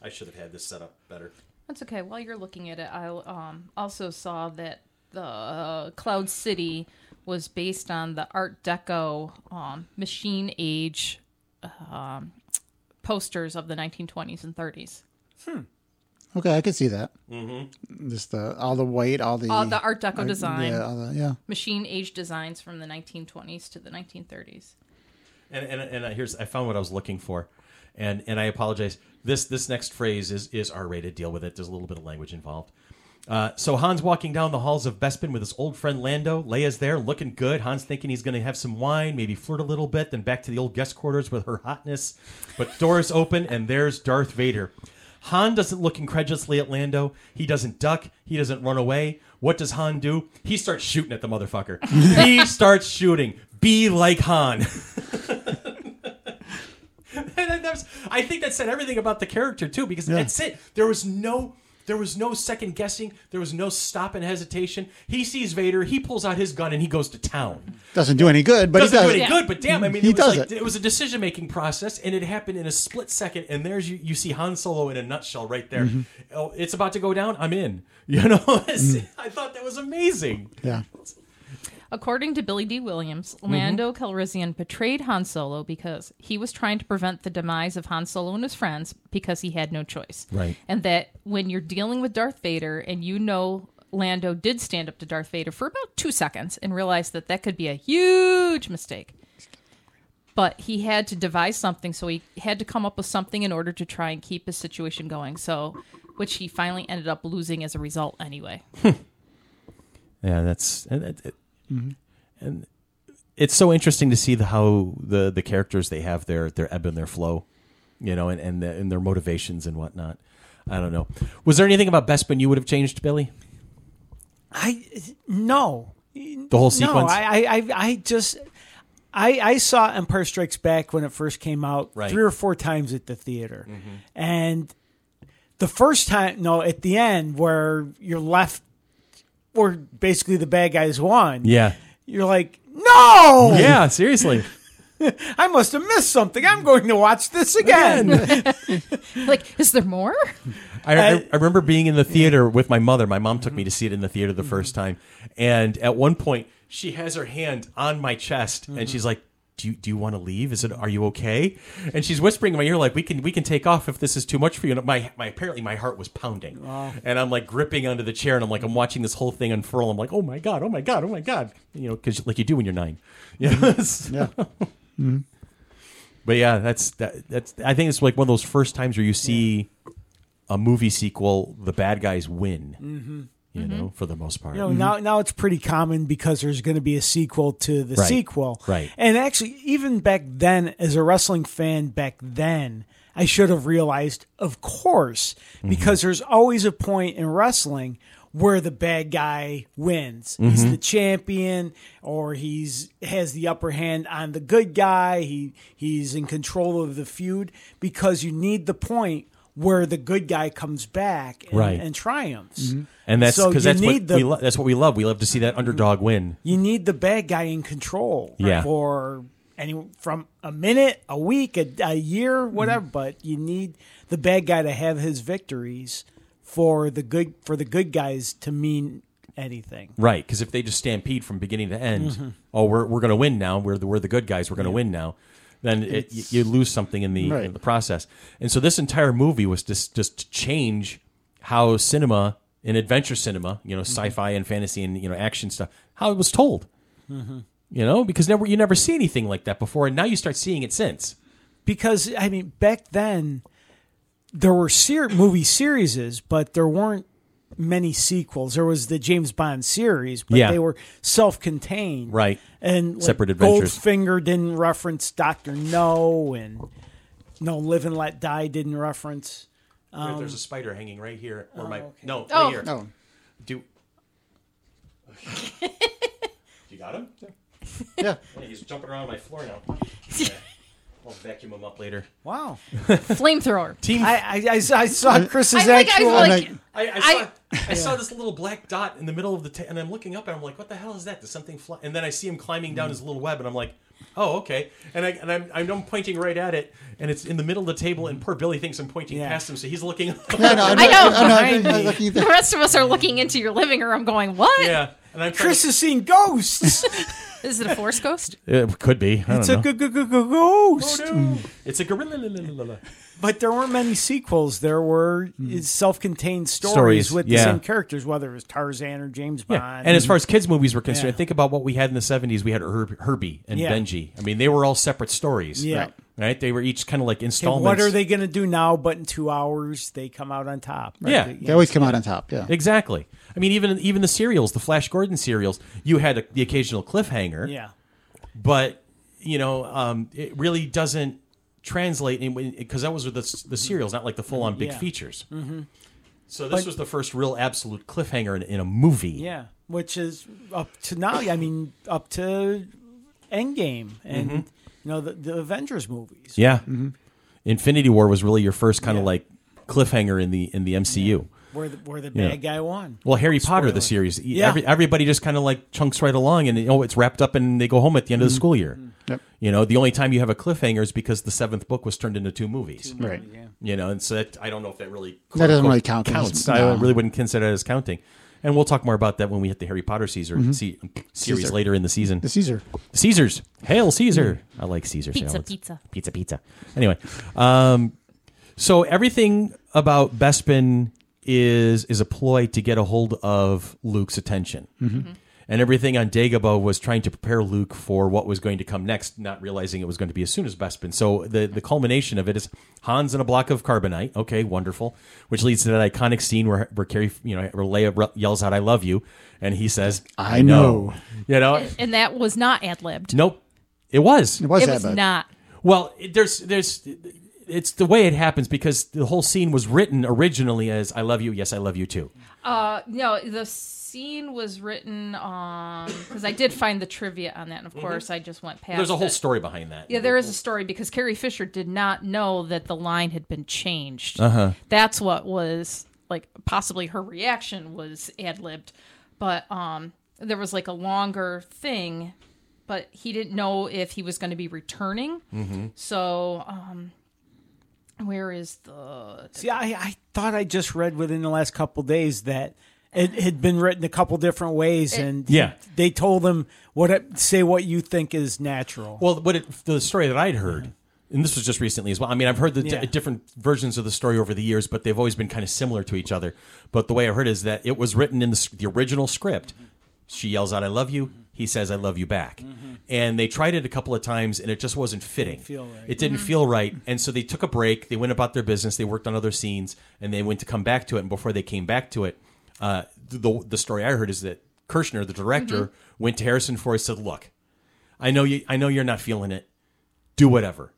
Speaker 1: I should have had this set up better.
Speaker 4: That's okay. While you're looking at it, I um, also saw that the uh, Cloud City was based on the Art Deco um, machine age um, posters of the 1920s and 30s.
Speaker 2: Okay, I can see that. Mm-hmm. Just the all the white, all the
Speaker 4: All Uh, the Art Deco design,
Speaker 2: Yeah, all the, yeah.
Speaker 4: machine age designs from the 1920s to the 1930s.
Speaker 1: and and, and I, here's I found what I was looking for, and and I apologize. This this next phrase is is R rated. Deal with it. There's a little bit of language involved. Uh, so Han's walking down the halls of Bespin with his old friend Lando. Leia's there, looking good. Han's thinking he's going to have some wine, maybe flirt a little bit, then back to the old guest quarters with her hotness. But doors open, and there's Darth Vader. Han doesn't look incredulously at Lando. He doesn't duck. He doesn't run away. What does Han do? He starts shooting at the motherfucker. he starts shooting. Be like Han. [laughs] And that- that was- I think that said everything about the character too, because that's it. There was no, there was no second guessing. There was no stop and hesitation. He sees Vader. He pulls out his gun and he goes to town.
Speaker 2: Doesn't do any good, but
Speaker 1: Doesn't
Speaker 2: he
Speaker 1: do
Speaker 2: does.
Speaker 1: any
Speaker 4: Yeah.
Speaker 1: good, but damn, I mean,
Speaker 2: He
Speaker 1: it was
Speaker 2: does
Speaker 1: like,
Speaker 2: it.
Speaker 1: it was a decision making process, and it happened in a split second. And there's you, you see Han Solo in a nutshell right there.
Speaker 2: Mm-hmm.
Speaker 1: Oh, it's about to go down. I'm in. [laughs] You know, It's-
Speaker 2: Mm.
Speaker 1: I thought that was amazing.
Speaker 2: Yeah.
Speaker 4: According to Billy D. Williams, Lando Calrissian betrayed Han Solo because he was trying to prevent the demise of Han Solo and his friends because he had no choice.
Speaker 1: Right.
Speaker 4: And that when you're dealing with Darth Vader and you know Lando did stand up to Darth Vader for about two seconds and realized that that could be a huge mistake. But he had to devise something, so he had to come up with something in order to try and keep his situation going. So, which he finally ended up losing as a result anyway.
Speaker 1: Yeah, that's and it, it- and it's so interesting to see the, how the the characters they have their their ebb and their flow, you know, and and, the, and their motivations and whatnot. I don't know. Was there anything about Bespin you would have changed, Billy?
Speaker 3: I no.
Speaker 1: The whole
Speaker 3: No,
Speaker 1: sequence?
Speaker 3: I I I, I just. I, I saw Empire Strikes Back when it first came out
Speaker 1: Right. Mm-hmm.
Speaker 3: three or four times at the theater. And the first time, no, at the end where you're left, or basically the bad guys won,
Speaker 1: Yeah,
Speaker 3: you're like, no,
Speaker 1: yeah. Seriously,
Speaker 3: I must have missed something. I'm going to watch this again.
Speaker 4: Like, is there more? [laughs]
Speaker 1: I, I, I remember being in the theater with my mother. My mom took me to see it in the theater the first time, and at one point she has her hand on my chest and she's like. Do you, do you want to leave? Is it are you okay? And she's whispering in my ear like we can we can take off if this is too much for you. And my my apparently my heart was pounding, and I'm like gripping under the chair and I'm like I'm watching this whole thing unfurl. I'm like oh my god, oh my god, oh my god, you know because like you do when you're nine, [laughs] yes.
Speaker 2: Yeah.
Speaker 1: But yeah, that's that, that's. I think it's like one of those first times where you see a movie sequel, the bad guys win. Mm-hmm. You know, for the most part. Mm-hmm.
Speaker 3: You know, now now it's pretty common because there's going to be a sequel to the
Speaker 1: Right.
Speaker 3: sequel.
Speaker 1: Right.
Speaker 3: And actually, even back then, as a wrestling fan back then, I should have realized, of course,
Speaker 1: Mm-hmm.
Speaker 3: because there's always a point in wrestling where the bad guy wins.
Speaker 1: Mm-hmm.
Speaker 3: He's the champion or he's has the upper hand on the good guy. He he's in control of the feud because you need the point where the good guy comes back and,
Speaker 1: Right. Mm-hmm.
Speaker 3: and triumphs.
Speaker 1: and that's
Speaker 3: so you
Speaker 1: because that's what
Speaker 3: need the-
Speaker 1: we lo- that's what we love. We love to see that underdog win.
Speaker 3: You need the bad guy in control
Speaker 1: Yeah.
Speaker 3: for any from a minute, a week, a, a year,
Speaker 1: Mm-hmm.
Speaker 3: whatever. But you need the bad guy to have his victories for the good for the good guys to mean anything.
Speaker 1: Right, because if they just stampede from beginning to end,
Speaker 2: Mm-hmm.
Speaker 1: oh, we're, we're going to win now. We're the we're the good guys. We're going to win now. Then it, y- you lose something in the in
Speaker 2: Right.
Speaker 1: the process. And so this entire movie was just just to change how cinema and adventure cinema, you know,
Speaker 2: Mm-hmm.
Speaker 1: sci-fi and fantasy and you know action stuff, how it was told.
Speaker 2: Mm-hmm.
Speaker 1: You know, because never you never see anything like that before, and now you start seeing it since.
Speaker 3: because I mean back then there were ser- movie series, but there weren't many sequels. There was the James Bond series, but
Speaker 1: Yeah.
Speaker 3: they were self-contained,
Speaker 1: Right.
Speaker 3: And like,
Speaker 1: Separate adventures.
Speaker 3: Goldfinger didn't reference Doctor No, and No Live and Let Die didn't reference.
Speaker 2: Um,
Speaker 1: There's a spider hanging right here, or my no, right
Speaker 4: Oh.
Speaker 1: here.
Speaker 2: No.
Speaker 1: Do you got him?
Speaker 2: Yeah.
Speaker 1: Yeah, he's jumping around my floor
Speaker 3: [laughs]
Speaker 1: now. Okay. I'll vacuum him up later.
Speaker 3: Wow,
Speaker 4: Flamethrower.
Speaker 1: Team,
Speaker 3: I
Speaker 1: I,
Speaker 3: I, I, I saw Chris's
Speaker 4: I like. I
Speaker 3: actual.
Speaker 4: was like.
Speaker 1: I, saw, I, saw this little black dot in the middle of the, ta- and I'm looking up and I'm like, what the hell is that? Does something fly? And then I see him climbing
Speaker 3: Mm.
Speaker 1: down his little web, and I'm like, oh okay. And I and I'm, I'm pointing right at it, and it's in the middle of the table, and poor Billy thinks I'm pointing
Speaker 3: Mm. Yeah.
Speaker 1: past him, so he's looking. Up.
Speaker 2: No, no, [laughs] I'm
Speaker 4: I
Speaker 2: not-
Speaker 4: know.
Speaker 2: I'm not-
Speaker 3: Behind
Speaker 2: I'm not
Speaker 4: [laughs]
Speaker 3: me.
Speaker 2: looking
Speaker 4: [laughs] the
Speaker 2: there.
Speaker 4: rest of us are looking into your living room, going, "What?
Speaker 1: [laughs] yeah, and I'm
Speaker 3: Chris has seen ghosts.
Speaker 4: Is it a force ghost?"
Speaker 1: It could be. I
Speaker 3: it's a g- g- g- ghost.
Speaker 1: It's a gorilla.
Speaker 3: But there weren't many sequels. There were uh, self-contained stories,
Speaker 1: Hmm. Stories,
Speaker 3: with
Speaker 1: yeah.
Speaker 3: the same characters, whether it was Tarzan or James Bond.
Speaker 1: Yeah. And as far as kids' movies were concerned,
Speaker 3: Yeah.
Speaker 1: think about what we had in the 70s. We had Herb, Herbie and
Speaker 3: Yeah.
Speaker 1: Benji. I mean, they were all separate stories.
Speaker 3: Yeah.
Speaker 1: Right. Right? They were each kind of like
Speaker 3: Okay,
Speaker 1: installments.
Speaker 3: what are they going to do now? But in two hours, they come out on top. right?
Speaker 1: Yeah.
Speaker 3: They-
Speaker 2: They always come out on top. Yeah.
Speaker 1: Exactly. I mean, even even the serials, the Flash Gordon serials, you had a, the occasional cliffhanger,
Speaker 3: yeah.
Speaker 1: but you know, um, it really doesn't translate because that was with the, s- the serials, not like the full on big
Speaker 3: Yeah.
Speaker 1: features. Mm-hmm. So this was the first real absolute cliffhanger in, in a movie.
Speaker 3: Yeah, which is up to now. I mean, up to Endgame and you know the, the Avengers movies.
Speaker 1: Mm-hmm. Yeah. Infinity War was really your first kind of
Speaker 3: Yeah.
Speaker 1: like cliffhanger in the in the MCU.
Speaker 3: Where the, where the
Speaker 1: Yeah.
Speaker 3: bad guy won.
Speaker 1: Well, Harry Potter the
Speaker 3: Spoiler.
Speaker 1: series, e-
Speaker 3: Yeah.
Speaker 1: every, everybody just kind of like chunks right along, and oh, it's wrapped up, and they go home at the end of the school year.
Speaker 2: Yep.
Speaker 1: You know, the only time you have a cliffhanger is because the seventh book was turned into two movies.
Speaker 2: Right.
Speaker 1: You know, and so that, I don't know if that really
Speaker 2: That doesn't
Speaker 1: quote,
Speaker 2: really count.
Speaker 1: counts.
Speaker 2: No.
Speaker 1: I really wouldn't consider that as counting. And we'll talk more about that when we hit the Harry Potter Caesar
Speaker 2: Mm-hmm.
Speaker 1: se- series
Speaker 2: Caesar.
Speaker 1: later in the season.
Speaker 2: The Caesar.
Speaker 1: Caesar's. Hail Caesar. I like Caesar
Speaker 4: Mm. Pizza,
Speaker 1: salads.
Speaker 4: pizza.
Speaker 1: Pizza, pizza. Anyway, um, so everything about Bespin is is a ploy to get a hold of Luke's attention.
Speaker 4: Mm-hmm.
Speaker 2: Mm-hmm.
Speaker 1: And everything on Dagobah was trying to prepare Luke for what was going to come next, not realizing it was going to be as soon as Bespin. So the, the culmination of it is Hans in a block of carbonite. Okay, wonderful. Which leads to that iconic scene where, where Carrie, you know, where Leia yells out, I love you. And he says,
Speaker 2: I know.
Speaker 1: You know,
Speaker 4: And that was not ad libbed.
Speaker 1: Nope, it was.
Speaker 2: It was
Speaker 4: it
Speaker 2: that
Speaker 4: was
Speaker 2: bad.
Speaker 4: not.
Speaker 1: Well, it- there's there's it's the way it happens because the whole scene was written originally as "I love you, yes, I love you too."
Speaker 4: Uh, no, the scene was written on because I did find the trivia on that, and of course I just went past.
Speaker 1: Mm-hmm. There's a whole
Speaker 4: it.
Speaker 1: story behind that.
Speaker 4: Yeah, there is a story because Carrie Fisher did not know that the line had been changed. Uh-huh. That's what was like possibly her reaction was ad libbed, but um, there was like a longer thing, but he didn't know if he was going to be returning. So, um, where is the?
Speaker 3: See, I, I thought I just read within the last couple days that it had been written a couple different ways, and
Speaker 1: Yeah.
Speaker 3: they told him what it, say what you think is natural.
Speaker 1: Well, what it, the story that I'd heard, and this was just recently as well. I mean, I've heard the di-
Speaker 3: Yeah.
Speaker 1: different versions of the story over the years, but they've always been kind of similar to each other. But the way I heard is that it was written in the, s- the original script. She yells out, "I love you." He says, "I love you back," and they tried it a couple of times, and it just wasn't fitting.
Speaker 3: Mm-hmm. feel right. Mm-hmm.
Speaker 1: It didn't feel right, and so they took a break. They went about their business. They worked on other scenes, and they went to come back to it. And before they came back to it, uh, the the story I heard is that Kirshner, the director,
Speaker 3: Mm-hmm.
Speaker 1: went to Harrison Ford and said, "Look, I know you. I know you're not feeling it. Do whatever.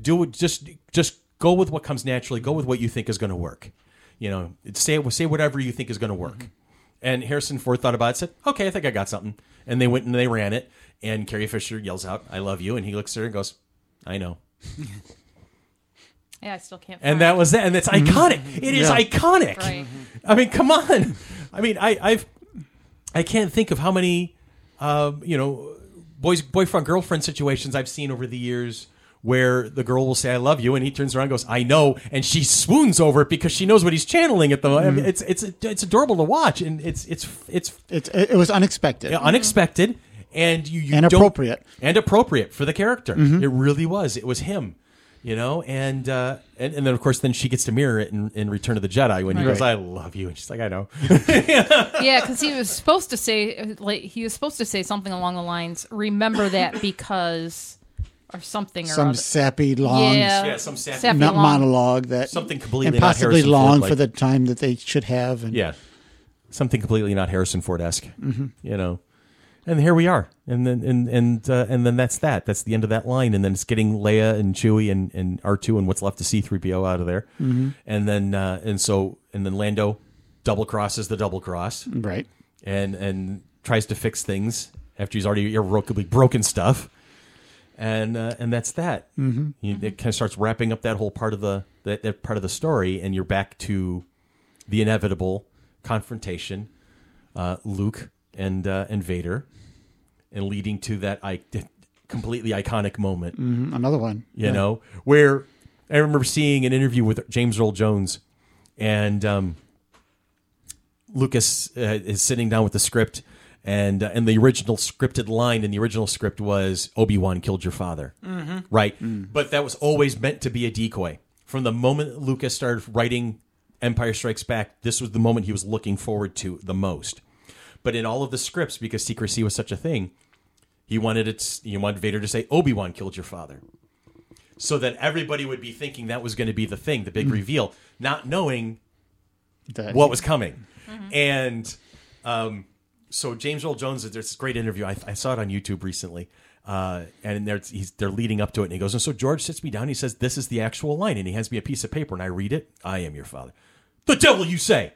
Speaker 1: Do it. Just just go with what comes naturally. Go with what you think is going to work. You know, say say whatever you think is going to work. And Harrison Ford thought about it, said, "Okay, I think I got something." And they went and they ran it. And Carrie Fisher yells out, "I love you!" And he looks at her and goes, "I know."
Speaker 4: Yeah, I still can't.
Speaker 1: And
Speaker 4: find
Speaker 1: that was that. And that's iconic. It is
Speaker 2: Yeah.
Speaker 1: iconic.
Speaker 4: Right.
Speaker 1: I mean, come on. I mean, I, I've I can't think of how many, um, you know, boys boyfriend girlfriend situations I've seen over the years where the girl will say I love you and he turns around and goes I know and she swoons over it because she knows what he's channeling at the I mean, it's it's it's adorable to watch and it's it's it's
Speaker 2: It, it, it was unexpected.
Speaker 1: unexpected and you, you
Speaker 2: And
Speaker 1: don't-
Speaker 2: appropriate. Mm-hmm.
Speaker 1: and appropriate for the character it really was it was him you know and uh and, and then of course then she gets to mirror it in, in return of the jedi when he
Speaker 2: Right.
Speaker 1: goes i love you and she's like i know [laughs]
Speaker 4: yeah, because he was supposed to say like he was supposed to say something along the lines, "Remember that because." Or something, or
Speaker 2: Some
Speaker 4: other.
Speaker 2: sappy long
Speaker 4: yeah,
Speaker 1: Yeah, some sappy-
Speaker 2: not
Speaker 4: long-
Speaker 2: monologue that
Speaker 1: Something completely
Speaker 2: and
Speaker 1: not
Speaker 2: possibly
Speaker 1: Harrison
Speaker 2: long
Speaker 1: Ford-like.
Speaker 2: for the time that they should have. And
Speaker 1: yeah something completely not harrison ford-esque
Speaker 2: Mm-hmm.
Speaker 1: you know and here we are and then and and uh, and then that's that that's the end of that line and then it's getting leia and chewie and and r2 and what's left of c3po out of there
Speaker 2: Mm-hmm.
Speaker 1: and then uh and so and then lando double crosses the double cross
Speaker 2: right,
Speaker 1: and and tries to fix things after he's already irrevocably broken stuff, and uh, and that's that. Mm-hmm. it kind of starts wrapping up that whole part of the that, that part of the story, and you're back to the inevitable confrontation, uh, Luke and uh, and Vader, and leading to that I- completely iconic moment
Speaker 2: Mm, another one.
Speaker 1: you know where i remember seeing an interview with james earl jones and um, lucas uh, is sitting down with the script and uh, and the original scripted line in the original script was obi-wan killed your father right but that was always meant to be a decoy from the moment lucas started writing empire strikes back this was the moment he was looking forward to the most but in all of the scripts because secrecy was such a thing he wanted it he wanted vader to say obi-wan killed your father so that everybody would be thinking that was going to be the thing, the big reveal, not knowing
Speaker 2: That,
Speaker 1: what was coming. And um, so James Earl Jones, there's this great interview. I, I saw it on YouTube recently. Uh, and they're, he's, they're leading up to it. And he goes, and so George sits me down. He says, this is the actual line. And he hands me a piece of paper and I read it. I am your father. The devil you say.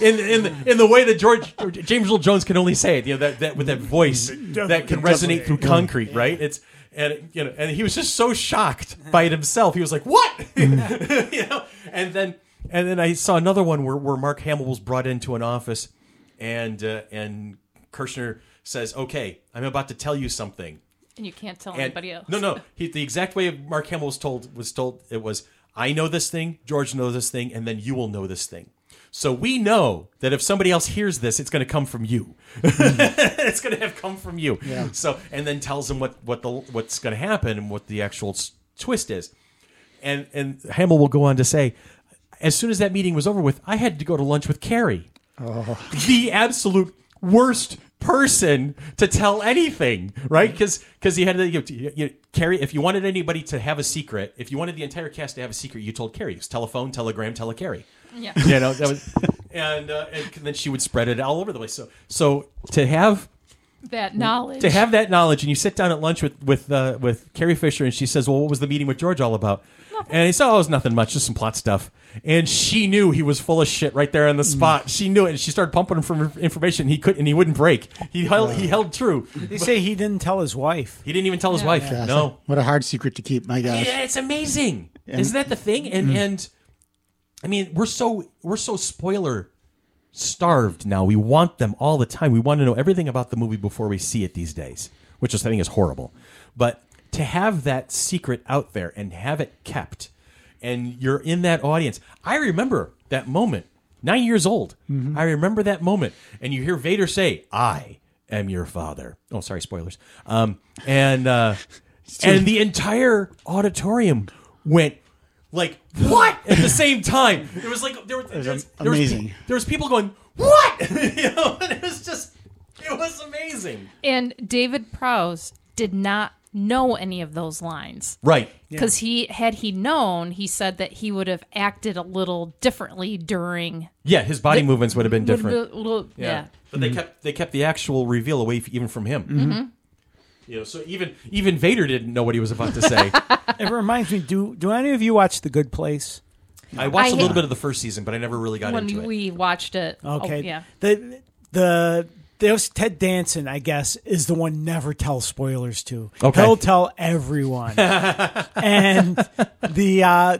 Speaker 1: In, in, the, in the way that George or James Earl Jones can only say it, you know, that, that with that voice that can resonate through concrete, right? It's and you know, and he was just so shocked by it himself. He was like, "What?" [laughs] you know? And then and then I saw another one where, where Mark Hamill was brought into an office, and uh, and Kirshner says, "Okay, I'm about to tell you something."
Speaker 4: and you can't tell
Speaker 1: And
Speaker 4: anybody else.
Speaker 1: no, no, he, the exact way Mark Hamill was told was told it was, "I know this thing, George knows this thing, and then you will know this thing." So we know that if somebody else hears this, it's going to come from you. [laughs] it's going to have come from you.
Speaker 2: Yeah.
Speaker 1: So and then tells him what what the what's going to happen and what the actual s- twist is and and Hamill will go on to say, as soon as that meeting was over with, I had to go to lunch with Carrie, the absolute worst person to tell anything, right? Because he had to you, you, you- Carrie. If you wanted anybody to have a secret, if you wanted the entire cast to have a secret, you told Carrie. It was telephone, telegram, tele Carrie.
Speaker 4: Yeah.
Speaker 1: You know that was, [laughs] and, uh, and then she would spread it all over the place. So so to have
Speaker 4: that knowledge.
Speaker 1: to have that knowledge and you sit down at lunch with with uh, with Carrie Fisher and she says, "Well, what was the meeting with George all about?" And he said, "Oh, it was nothing much, just some plot stuff." And she knew he was full of shit right there on the spot. She knew it, and she started pumping him for information. He could and he wouldn't break. He held he held true.
Speaker 3: They say he didn't tell his wife.
Speaker 1: He didn't even tell his wife.
Speaker 2: Gosh,
Speaker 1: No,
Speaker 2: what a hard secret to keep. My gosh,
Speaker 1: yeah, it's amazing. Isn't that the thing? And Mm. and I mean, we're so we're so spoiler starved now. We want them all the time. We want to know everything about the movie before we see it these days, which is I think is horrible. But to have that secret out there and have it kept, and you're in that audience. I remember that moment. Nine years old. I remember that moment, and you hear Vader say, "I am your father." Oh, sorry, spoilers. Um, and uh, [laughs] and the entire auditorium went like what at the same time. It was like there were there was, there was
Speaker 2: amazing.
Speaker 1: pe- there was people going what [laughs] you know, and it was just it was amazing.
Speaker 4: and David Prowse did not know any of those lines.
Speaker 1: Right.
Speaker 4: Because he had he known, he said that he would have acted a little differently during.
Speaker 1: Yeah, his body movements would have been different.
Speaker 4: yeah.
Speaker 1: But they kept they kept the actual reveal away f- even from him. Mm-hmm. You know, so even even Vader didn't know what he was about to
Speaker 4: [laughs]
Speaker 1: say.
Speaker 3: It reminds me. Do do any of you watch The Good Place?
Speaker 1: I watched
Speaker 4: I
Speaker 1: a little
Speaker 4: hate-
Speaker 1: bit of the first season, but I never really got into
Speaker 4: When
Speaker 1: it.
Speaker 4: we watched it. oh,
Speaker 3: Okay.
Speaker 4: yeah.
Speaker 3: The the there's Ted Danson, I guess, is the one never tell spoilers to.
Speaker 1: Okay.
Speaker 3: He'll tell everyone. and the uh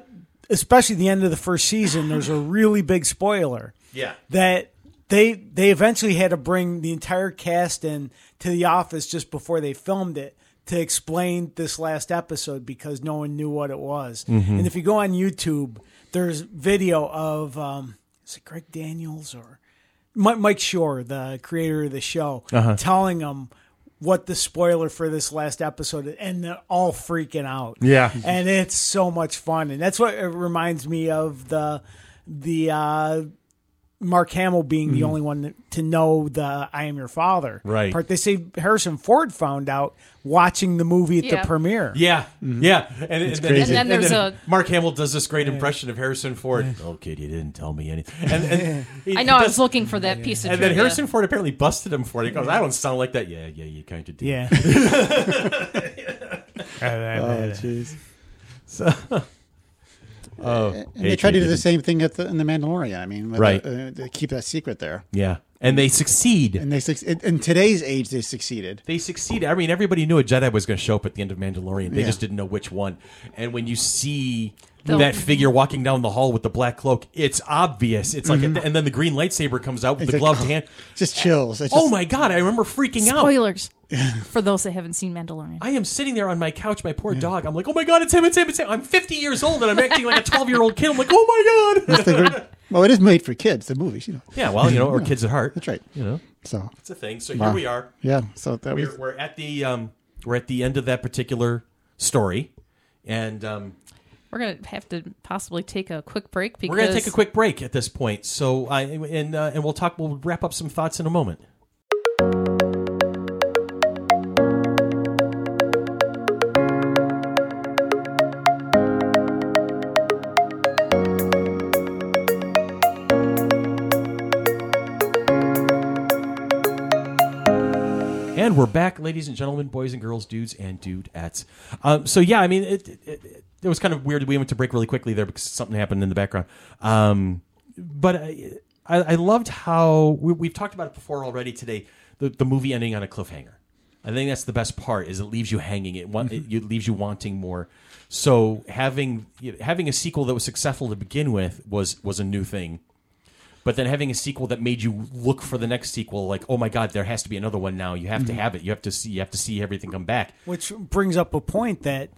Speaker 3: especially the end of the first season, there's a really big spoiler.
Speaker 1: Yeah.
Speaker 3: That they they eventually had to bring the entire cast in to the office just before they filmed it to explain this last episode because no one knew what it was. And if you go on YouTube, there's video of um, is it Greg Daniels or Mi- Mike Shore, the creator of the show, telling them what the spoiler for this last episode is, and they're all freaking out
Speaker 1: Yeah.
Speaker 3: and it's so much fun and that's what it reminds me of the the uh Mark Hamill being the only one to know the "I am your father"
Speaker 1: Mm-hmm. Right.
Speaker 3: part. They say Harrison Ford found out watching the movie at
Speaker 4: Yeah.
Speaker 3: the premiere.
Speaker 1: Yeah, yeah, and, and, then,
Speaker 2: crazy.
Speaker 4: And then there's a-
Speaker 1: Mark Hamill does this great impression of Harrison Ford. Oh, kid, you didn't tell me anything. And,
Speaker 4: [laughs]
Speaker 1: and he
Speaker 4: I know. I
Speaker 1: does-
Speaker 4: was looking for that piece of.
Speaker 1: And then
Speaker 4: trivia.
Speaker 1: Harrison Ford apparently busted him for it. He goes, "I don't sound like that." Yeah, yeah, you kind of do.
Speaker 3: Yeah.
Speaker 1: [laughs]
Speaker 3: [laughs]
Speaker 2: Oh, jeez. And
Speaker 1: Hey,
Speaker 2: they tried to
Speaker 1: you
Speaker 2: do the
Speaker 1: didn't.
Speaker 2: same thing at the, in the Mandalorian. I mean,
Speaker 1: E
Speaker 2: with
Speaker 1: Right.
Speaker 2: the- uh, they keep that secret there,
Speaker 1: yeah, and they succeed.
Speaker 2: and they suc- in in today's age they succeeded.
Speaker 1: they succeed. I mean, everybody knew a Jedi was going to show up at the end of Mandalorian. They
Speaker 2: Yeah.
Speaker 1: just didn't know which one. And when you see
Speaker 4: The-
Speaker 1: that figure walking down the hall with the black cloak, it's obvious. It's like, and then the green lightsaber comes out with
Speaker 2: Mm-hmm. It's
Speaker 1: the
Speaker 2: like, oh.
Speaker 1: gloved hand.
Speaker 2: Just chills. It's
Speaker 1: Oh
Speaker 2: just-
Speaker 1: my god! I remember freaking out.
Speaker 4: spoilers for those that haven't seen Mandalorian.
Speaker 1: I am sitting there on my couch, my poor dog. I'm like, oh my god, it's him, it's him, it's him. I'm 50 years old and I'm acting like a
Speaker 2: [laughs]
Speaker 1: 12 year old kid. I'm like, oh my god.
Speaker 2: It's [laughs] the ver- well, it is made for kids. The movies, you know.
Speaker 1: yeah, well, you know, or kids at heart.
Speaker 2: That's right.
Speaker 1: You know,
Speaker 2: So
Speaker 1: it's a thing. So
Speaker 2: Wow.
Speaker 1: here we are.
Speaker 2: yeah, so that was
Speaker 1: We're, we're at the um, we're at the end of that particular story, and um,
Speaker 4: We're gonna have to possibly take a quick break because
Speaker 1: We're going to take a quick break at this point. So I and uh, and we'll talk. We'll wrap up some thoughts in a moment. And we're back, ladies and gentlemen, boys and girls, dudes and dudettes. Um, so yeah, I mean, it, it, it, it was kind of weird. We went to break really quickly there because something happened in the background. Um, but I, I, I loved how we, we've talked about it before already today. The, the movie ending on a cliffhanger. I think that's the best part is it leaves you hanging. It, want, it, it leaves you wanting more. So having having a sequel that was successful to begin with was was a new thing but then having a sequel that made you look for the next sequel like oh my god there has to be another one now you have to have it you have to see you have to see everything come back
Speaker 3: Which brings up a point that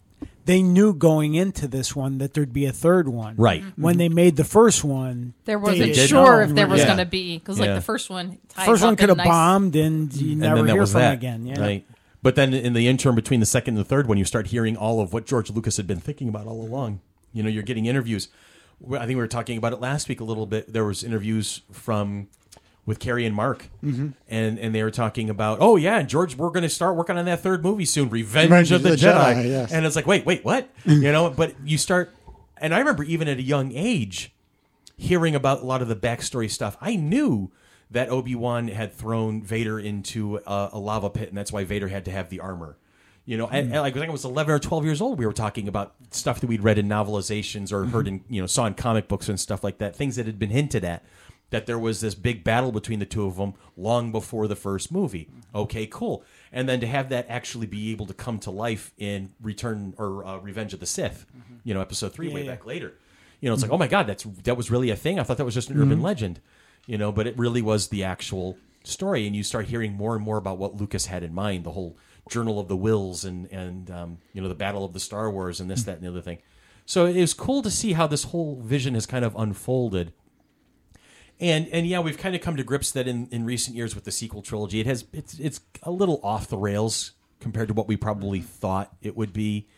Speaker 3: they knew going into this one that there'd be a third one.
Speaker 1: Right.
Speaker 3: When they made the first one,
Speaker 4: There
Speaker 3: they
Speaker 4: wasn't
Speaker 1: did.
Speaker 4: sure
Speaker 3: know.
Speaker 4: if there was
Speaker 1: Yeah.
Speaker 4: gonna be because like
Speaker 1: Yeah.
Speaker 4: the first one. ties
Speaker 3: first one
Speaker 4: up
Speaker 3: could
Speaker 4: in
Speaker 3: have
Speaker 4: nice-
Speaker 3: bombed and you
Speaker 1: and
Speaker 3: never
Speaker 1: then that
Speaker 3: hear
Speaker 1: was
Speaker 3: from
Speaker 1: that
Speaker 3: again. Yeah.
Speaker 1: right but then in the interim between the second and the third one you start hearing all of what george lucas had been thinking about all along you know you're getting interviews Well, i think we were talking about it last week a little bit there was interviews from with Carrie and Mark, and and they were talking about, oh yeah, and George, we're going to start working on that third movie soon, Revenge, of the, Jedi,
Speaker 2: yes.
Speaker 1: and it's like, wait, wait, what? you know, but you start, and I remember even at a young age, hearing about a lot of the backstory stuff, I knew that Obi Wan had thrown Vader into a, a lava pit, and that's why Vader had to have the armor. You know,
Speaker 3: Hmm.
Speaker 1: and, and like, I think I was eleven or twelve years old. We were talking about stuff that we'd read in novelizations or heard
Speaker 3: Mm-hmm.
Speaker 1: in you know saw in comic books and stuff like that. Things that had been hinted at that there was this big battle between the two of them long before the first movie. Okay, cool. And then to have that actually be able to come to life in Return or uh, Revenge of the Sith, you know, Episode Three, way
Speaker 3: Mm-hmm. yeah.
Speaker 1: back later. You know, it's like, oh my god, that's that was really a thing. I thought that was just an urban legend, you know, but it really was the actual story. And you start hearing more and more about what Lucas had in mind, the whole Journal of the Wills and and um, you know the Battle of the Star Wars and this, that, and the other thing. So it was cool to see how this whole vision has kind of unfolded and and yeah, we've kind of come to grips that in, in recent years with the sequel trilogy, it has it's it's a little off the rails compared to what we probably
Speaker 4: Mm-hmm.
Speaker 1: thought it would be.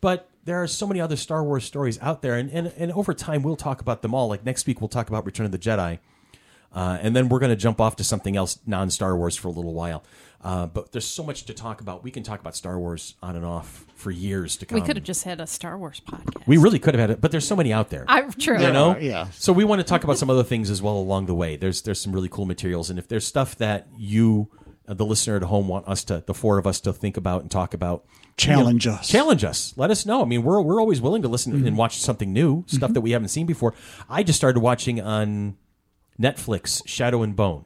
Speaker 1: But there are so many other Star Wars stories out there, and and, and over time we'll talk about them all. Like next week, we'll talk about Return of the Jedi. Uh, and then we're going to jump off to something else non Star Wars for a little while. Uh, but there's so much to talk about. We can talk about Star Wars on and off for years to come.
Speaker 4: We could have just had a Star Wars podcast.
Speaker 1: We really could have had it, but there's so many out there
Speaker 4: I true.
Speaker 1: you know
Speaker 2: yeah.
Speaker 1: so we want to talk about some other things as well along the way there's there's some really cool materials and if there's stuff that you uh, the listener at home want us to the four of us to think about and talk about
Speaker 2: challenge us.
Speaker 1: challenge us let us know i mean we're we're always willing to listen and watch something new stuff that we haven't seen before i just started watching on netflix shadow and bone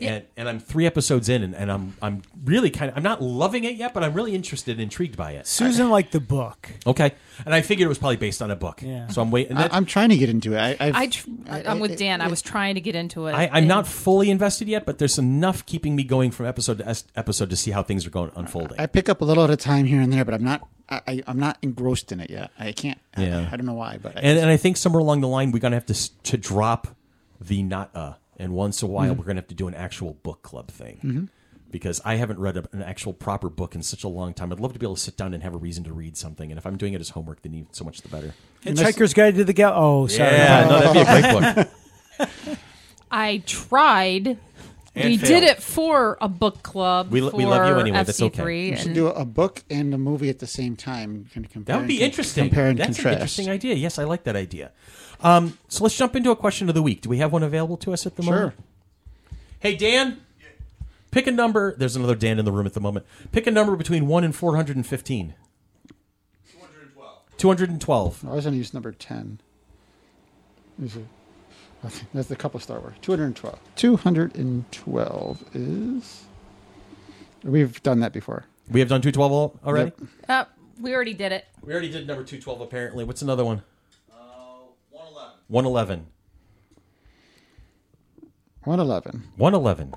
Speaker 1: And, and I'm three episodes in, and, and I'm I'm really kind of I'm not loving it yet, but I'm really interested, and intrigued by it.
Speaker 3: Susan liked the book.
Speaker 1: Okay, and I figured it was probably based on a book.
Speaker 3: Yeah.
Speaker 1: So I'm waiting.
Speaker 2: I, I'm trying to get into it. I, I've,
Speaker 4: I tr- I, I'm with Dan. I was trying to get into it.
Speaker 1: I, I'm
Speaker 4: and
Speaker 1: not fully invested yet, but there's enough keeping me going from episode to es- episode to see how things are going unfolding.
Speaker 2: I pick up a little at a time here and there, but I'm not. I, I, I'm not engrossed in it yet. I can't.
Speaker 1: Yeah.
Speaker 2: I, I don't know why, but I,
Speaker 1: and and I think somewhere along the line we're gonna have to s- to drop the not uh, and once a while
Speaker 2: Mm-hmm.
Speaker 1: we're gonna have to do an actual book club thing because I haven't read a, an actual proper book in such a long time. I'd love to be able to sit down and have a reason to read something, and if I'm doing it as homework, then even so much the better.
Speaker 3: Hitchhiker's Guide to the Gal. Oh, sorry.
Speaker 1: Yeah, no, that'd be a great
Speaker 2: [laughs]
Speaker 1: book.
Speaker 4: I tried. we
Speaker 1: failed.
Speaker 4: did it for a book club.
Speaker 1: We lo- we love you
Speaker 4: for
Speaker 1: anyway, that's
Speaker 4: FC3,
Speaker 1: okay.
Speaker 2: you should
Speaker 4: and-
Speaker 2: do a book and a movie at the same time. Kind of compare
Speaker 1: That would be
Speaker 2: and con-
Speaker 1: interesting.
Speaker 2: Compare and
Speaker 1: That's an
Speaker 2: contrast.
Speaker 1: interesting idea. Yes, I like that idea. Um, so let's jump into a question of the week. Do we have one available to us at the moment?
Speaker 2: Sure.
Speaker 1: Hey, Dan, pick a number. There's another Dan in the room at the moment. Pick a number between 1 and 415. 212.
Speaker 2: I was going to use number 10. Is it? okay, That's the couple Star Wars. 212. 212 is. We've done that before.
Speaker 1: We have done 212 al- already?
Speaker 2: Yep.
Speaker 4: Uh, we already did it.
Speaker 1: We already did number 212, apparently. What's another one? Uh, 111.
Speaker 2: 111.
Speaker 1: 111.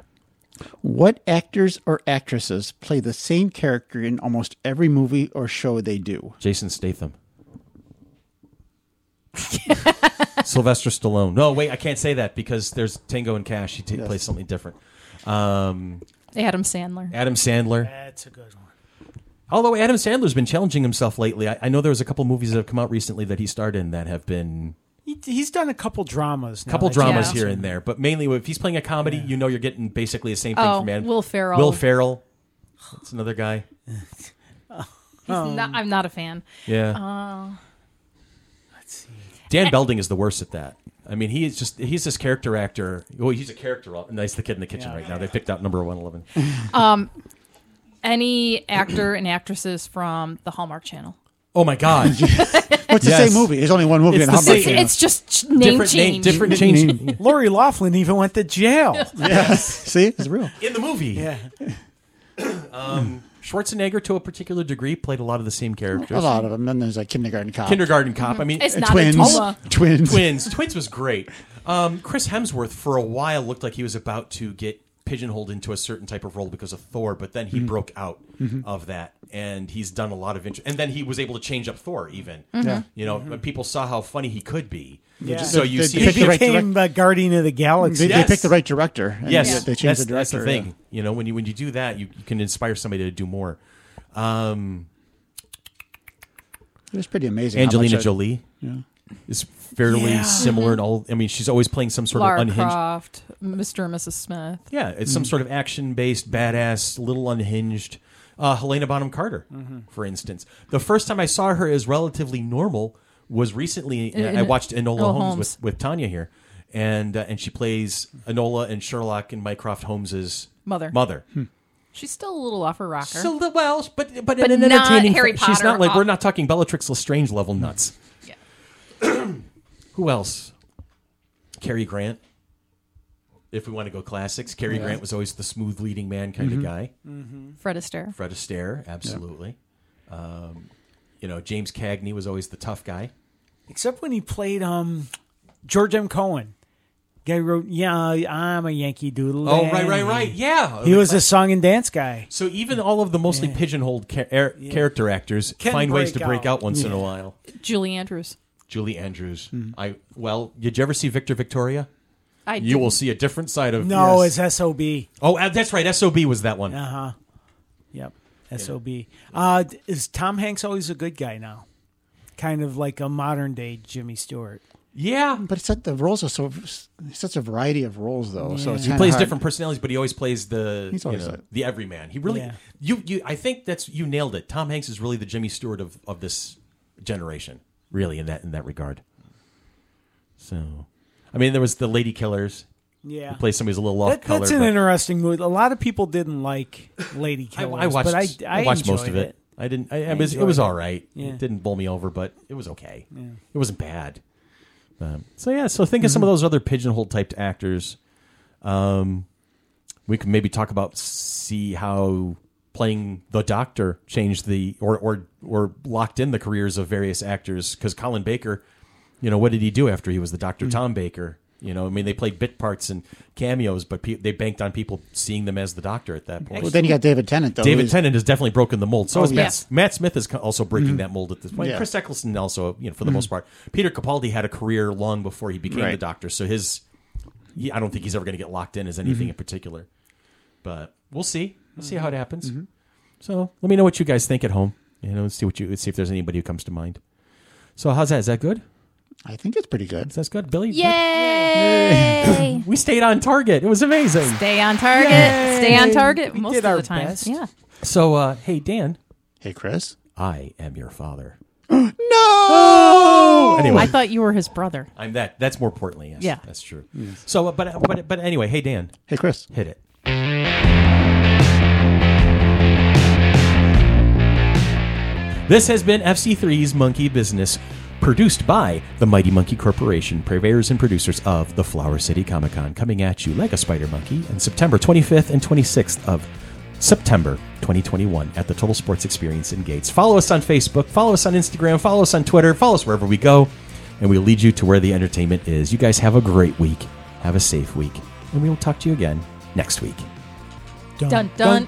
Speaker 2: What actors or actresses play the same character in almost every movie or show they do?
Speaker 1: Jason Statham. [laughs] Sylvester Stallone. No, wait, I can't say that because there's Tango and Cash. He t- plays something different. Um,
Speaker 4: Adam Sandler.
Speaker 1: Adam Sandler.
Speaker 3: That's a good one.
Speaker 1: Although Adam Sandler's been challenging himself lately, I, I know there was a couple movies that have come out recently that he starred in that have been
Speaker 3: He, he's done a couple dramas.
Speaker 1: a
Speaker 3: Now.
Speaker 1: couple
Speaker 3: That's-
Speaker 1: dramas
Speaker 4: Oh, Yeah.
Speaker 1: here and there. But mainly, if he's playing a comedy, you know you're getting basically the same thing
Speaker 4: Oh,
Speaker 1: from Adam.
Speaker 4: Will Ferrell.
Speaker 1: Will Ferrell. That's another guy.
Speaker 4: He's
Speaker 3: Oh.
Speaker 4: not- I'm not a fan.
Speaker 1: Yeah.
Speaker 4: Oh.
Speaker 1: Dan Belding is the worst at that. I mean, he is just, he's this character actor. Well, he's a character. al- Nice, the kid in the kitchen
Speaker 3: Yeah.
Speaker 1: right now. They picked out number 111.
Speaker 4: Any actor and actresses from the Hallmark Channel.
Speaker 1: [laughs] Oh my God.
Speaker 2: What's the
Speaker 1: Yes.
Speaker 2: same movie? There's only one movie
Speaker 1: It's
Speaker 2: in
Speaker 1: the
Speaker 2: how
Speaker 1: same-
Speaker 2: much?
Speaker 4: It's,
Speaker 1: Channel.
Speaker 4: it's just ch- name
Speaker 1: different name,
Speaker 4: change.
Speaker 1: different change.
Speaker 3: Laurie Laughlin even went to jail.
Speaker 2: See, it's real.
Speaker 1: in the movie. [coughs] Um,
Speaker 3: yeah.
Speaker 1: Schwarzenegger, to a particular degree, played a lot of the same characters.
Speaker 2: A lot of them. Then there's like Kindergarten Cop.
Speaker 1: Kindergarten Cop. I mean,
Speaker 4: It's
Speaker 1: uh,
Speaker 4: not
Speaker 2: Twins.
Speaker 4: a Tula.
Speaker 2: Twins.
Speaker 1: Twins. Twins was great. Um, Chris Hemsworth, for a while, looked like he was about to get pigeonholed into a certain type of role because of Thor, but then
Speaker 2: Mm-hmm.
Speaker 1: he broke out of that. And he's done a lot of interest. And then he was able to change up Thor, even.
Speaker 2: Yeah. Mm-hmm.
Speaker 1: You know, but people saw how funny he could be.
Speaker 3: Yeah.
Speaker 1: So you
Speaker 2: They-
Speaker 1: see,
Speaker 2: they
Speaker 3: [laughs] He
Speaker 2: Pick the right
Speaker 3: became uh, Guardian of the Galaxy.
Speaker 2: They,
Speaker 1: Yes.
Speaker 2: they picked the right director. and
Speaker 1: yes,
Speaker 2: They changed
Speaker 1: that's,
Speaker 2: the director.
Speaker 1: that's the
Speaker 2: yeah.
Speaker 1: thing. You know, when you when you do that, you, you can inspire somebody to do more. Um,
Speaker 2: It was pretty amazing. how
Speaker 1: Angelina
Speaker 2: much I-
Speaker 1: Jolie is fairly
Speaker 3: Yeah.
Speaker 1: similar in all. I mean, she's always playing some sort
Speaker 4: Lara
Speaker 1: of unhinged.
Speaker 4: Croft, Mr. and Mrs. Smith.
Speaker 1: Yeah, it's
Speaker 4: Mm-hmm.
Speaker 1: some sort of action based, badass, little unhinged. Uh, Helena Bonham Carter,
Speaker 4: Mm-hmm.
Speaker 1: for instance. The first time I saw her as relatively normal was recently. uh,
Speaker 4: In-
Speaker 1: I watched Enola
Speaker 4: Enola
Speaker 1: Holmes,
Speaker 4: Holmes.
Speaker 1: With, with Tanya here, and uh, and she plays Enola and Sherlock and Mycroft Holmes's
Speaker 4: Mother.
Speaker 1: Mother.
Speaker 4: She's still a little off her rocker.
Speaker 1: So the- well, but but,
Speaker 4: But
Speaker 1: in an
Speaker 4: not
Speaker 1: entertaining.
Speaker 4: Harry
Speaker 1: fa- she's not
Speaker 4: Potter
Speaker 1: like we're
Speaker 4: off-
Speaker 1: not talking Bellatrix Lestrange level nuts.
Speaker 4: Yeah.
Speaker 1: [clears throat] Who else? Cary Grant. If we want to go classics, Cary Grant was always the smooth leading man kind of guy.
Speaker 4: Fred Astaire.
Speaker 1: Fred Astaire, absolutely. Um, you know, James Cagney was always the tough guy. Mm-hmm.
Speaker 3: Except when he played um, George M. Cohen. Guy wrote, "Yeah, I'm a Yankee Doodle."
Speaker 1: Oh, right, right, right. Yeah,
Speaker 3: He was a song and dance guy.
Speaker 1: So even all of the mostly pigeonholed ca- er- character actors
Speaker 3: Can
Speaker 1: find ways to
Speaker 3: break
Speaker 1: break
Speaker 3: out.
Speaker 1: out once in a while. Hmm.
Speaker 4: Julie Andrews.
Speaker 1: Julie Andrews. I well, did you ever see Victor Victoria?
Speaker 4: I
Speaker 1: You will see a different side of
Speaker 3: No,
Speaker 1: Yes.
Speaker 3: it's sob.
Speaker 1: Oh, uh, that's right. Sob was that one.
Speaker 3: Uh huh. Yep. Sob. Uh, d- is Tom Hanks always a good guy now? Kind of like a modern day Jimmy Stewart.
Speaker 1: Yeah,
Speaker 2: But it's that the roles are so such a variety of roles though. So it's
Speaker 3: He
Speaker 2: kinda
Speaker 1: plays
Speaker 2: hard.
Speaker 1: different personalities, but he always plays the
Speaker 2: He's
Speaker 1: you
Speaker 2: always
Speaker 1: know,
Speaker 2: that.
Speaker 1: the everyman. He really
Speaker 3: Yeah.
Speaker 1: you you. I think that's you nailed it. Tom Hanks is really the Jimmy Stewart of of this generation, really in that in that regard. So, I mean, there was the Lady Killers.
Speaker 3: Yeah.
Speaker 1: He plays somebody who's a little off
Speaker 3: That,
Speaker 1: color.
Speaker 3: that's an
Speaker 1: but
Speaker 3: interesting movie. A lot of people didn't like Lady
Speaker 1: I,
Speaker 3: Killers,
Speaker 1: I watched.
Speaker 3: but I, I,
Speaker 1: watched most of
Speaker 3: enjoyed
Speaker 1: it. I didn't. I, I was, it
Speaker 3: enjoyed
Speaker 1: was
Speaker 3: it.
Speaker 1: all right.
Speaker 3: Yeah.
Speaker 1: It didn't bowl me over, but it was okay.
Speaker 3: Mm-hmm.
Speaker 1: It wasn't bad. Um, so yeah. So think of some of those other pigeonhole typed actors. Um, we can maybe talk about see how playing the Doctor changed the or or or locked in the careers of various actors because Colin Baker, you know, what did he do after he was the
Speaker 3: Mm-hmm.
Speaker 1: Doctor Tom Baker? You know, I mean, they played bit parts and cameos, but pe- they banked on people seeing them as the Doctor at that point.
Speaker 2: Well, then you got David Tennant though.
Speaker 1: David
Speaker 2: who's-
Speaker 1: Tennant has definitely broken the mold. So
Speaker 2: Oh, Mm-hmm.
Speaker 1: is Matt,
Speaker 4: yes.
Speaker 1: Matt Smith is co- also breaking that mold at this point.
Speaker 2: Yeah. Mm-hmm.
Speaker 1: Chris Eccleston also, you know, for the most part. Peter Capaldi had a career long before he became the
Speaker 2: Right.
Speaker 1: Doctor, so his, he, I don't think he's ever going to get locked in as anything
Speaker 2: Mm-hmm.
Speaker 1: in particular. But we'll see. We'll see how it happens.
Speaker 2: Mm-hmm.
Speaker 1: So let me know what you guys think at home. You know, see what you see if there's anybody who comes to mind. So how's that? Is that good?
Speaker 2: I think it's pretty good.
Speaker 1: That's good, Billy.
Speaker 4: Yay!
Speaker 1: We stayed on target. It was amazing.
Speaker 4: Stay on target. Stay on target
Speaker 3: We
Speaker 4: most
Speaker 3: did
Speaker 4: of
Speaker 3: our
Speaker 4: the time.
Speaker 3: best.
Speaker 4: Yeah.
Speaker 1: So uh, hey, Dan,
Speaker 2: Hey, Chris.
Speaker 1: I am your father.
Speaker 2: No.
Speaker 1: [gasps] Anyway,
Speaker 4: I thought you were his brother.
Speaker 1: I'm that. That's more importantly. Yes,
Speaker 4: Yeah.
Speaker 1: that's true. So, uh, but but but anyway, hey Dan,
Speaker 2: Hey, Chris.
Speaker 1: hit it. This has been FC3's Monkey Business, produced by the Mighty Monkey Corporation, purveyors and producers of the Flower City Comic Con, coming at you like a spider monkey on September 25th and 26th of September 2021 at the Total Sports Experience in Gates. Follow us on Facebook, follow us on Instagram, follow us on Twitter, follow us wherever we go, and we'll lead you to where the entertainment is. You guys have a great week, have a safe week, and we will talk to you again next week.
Speaker 4: Dun dun.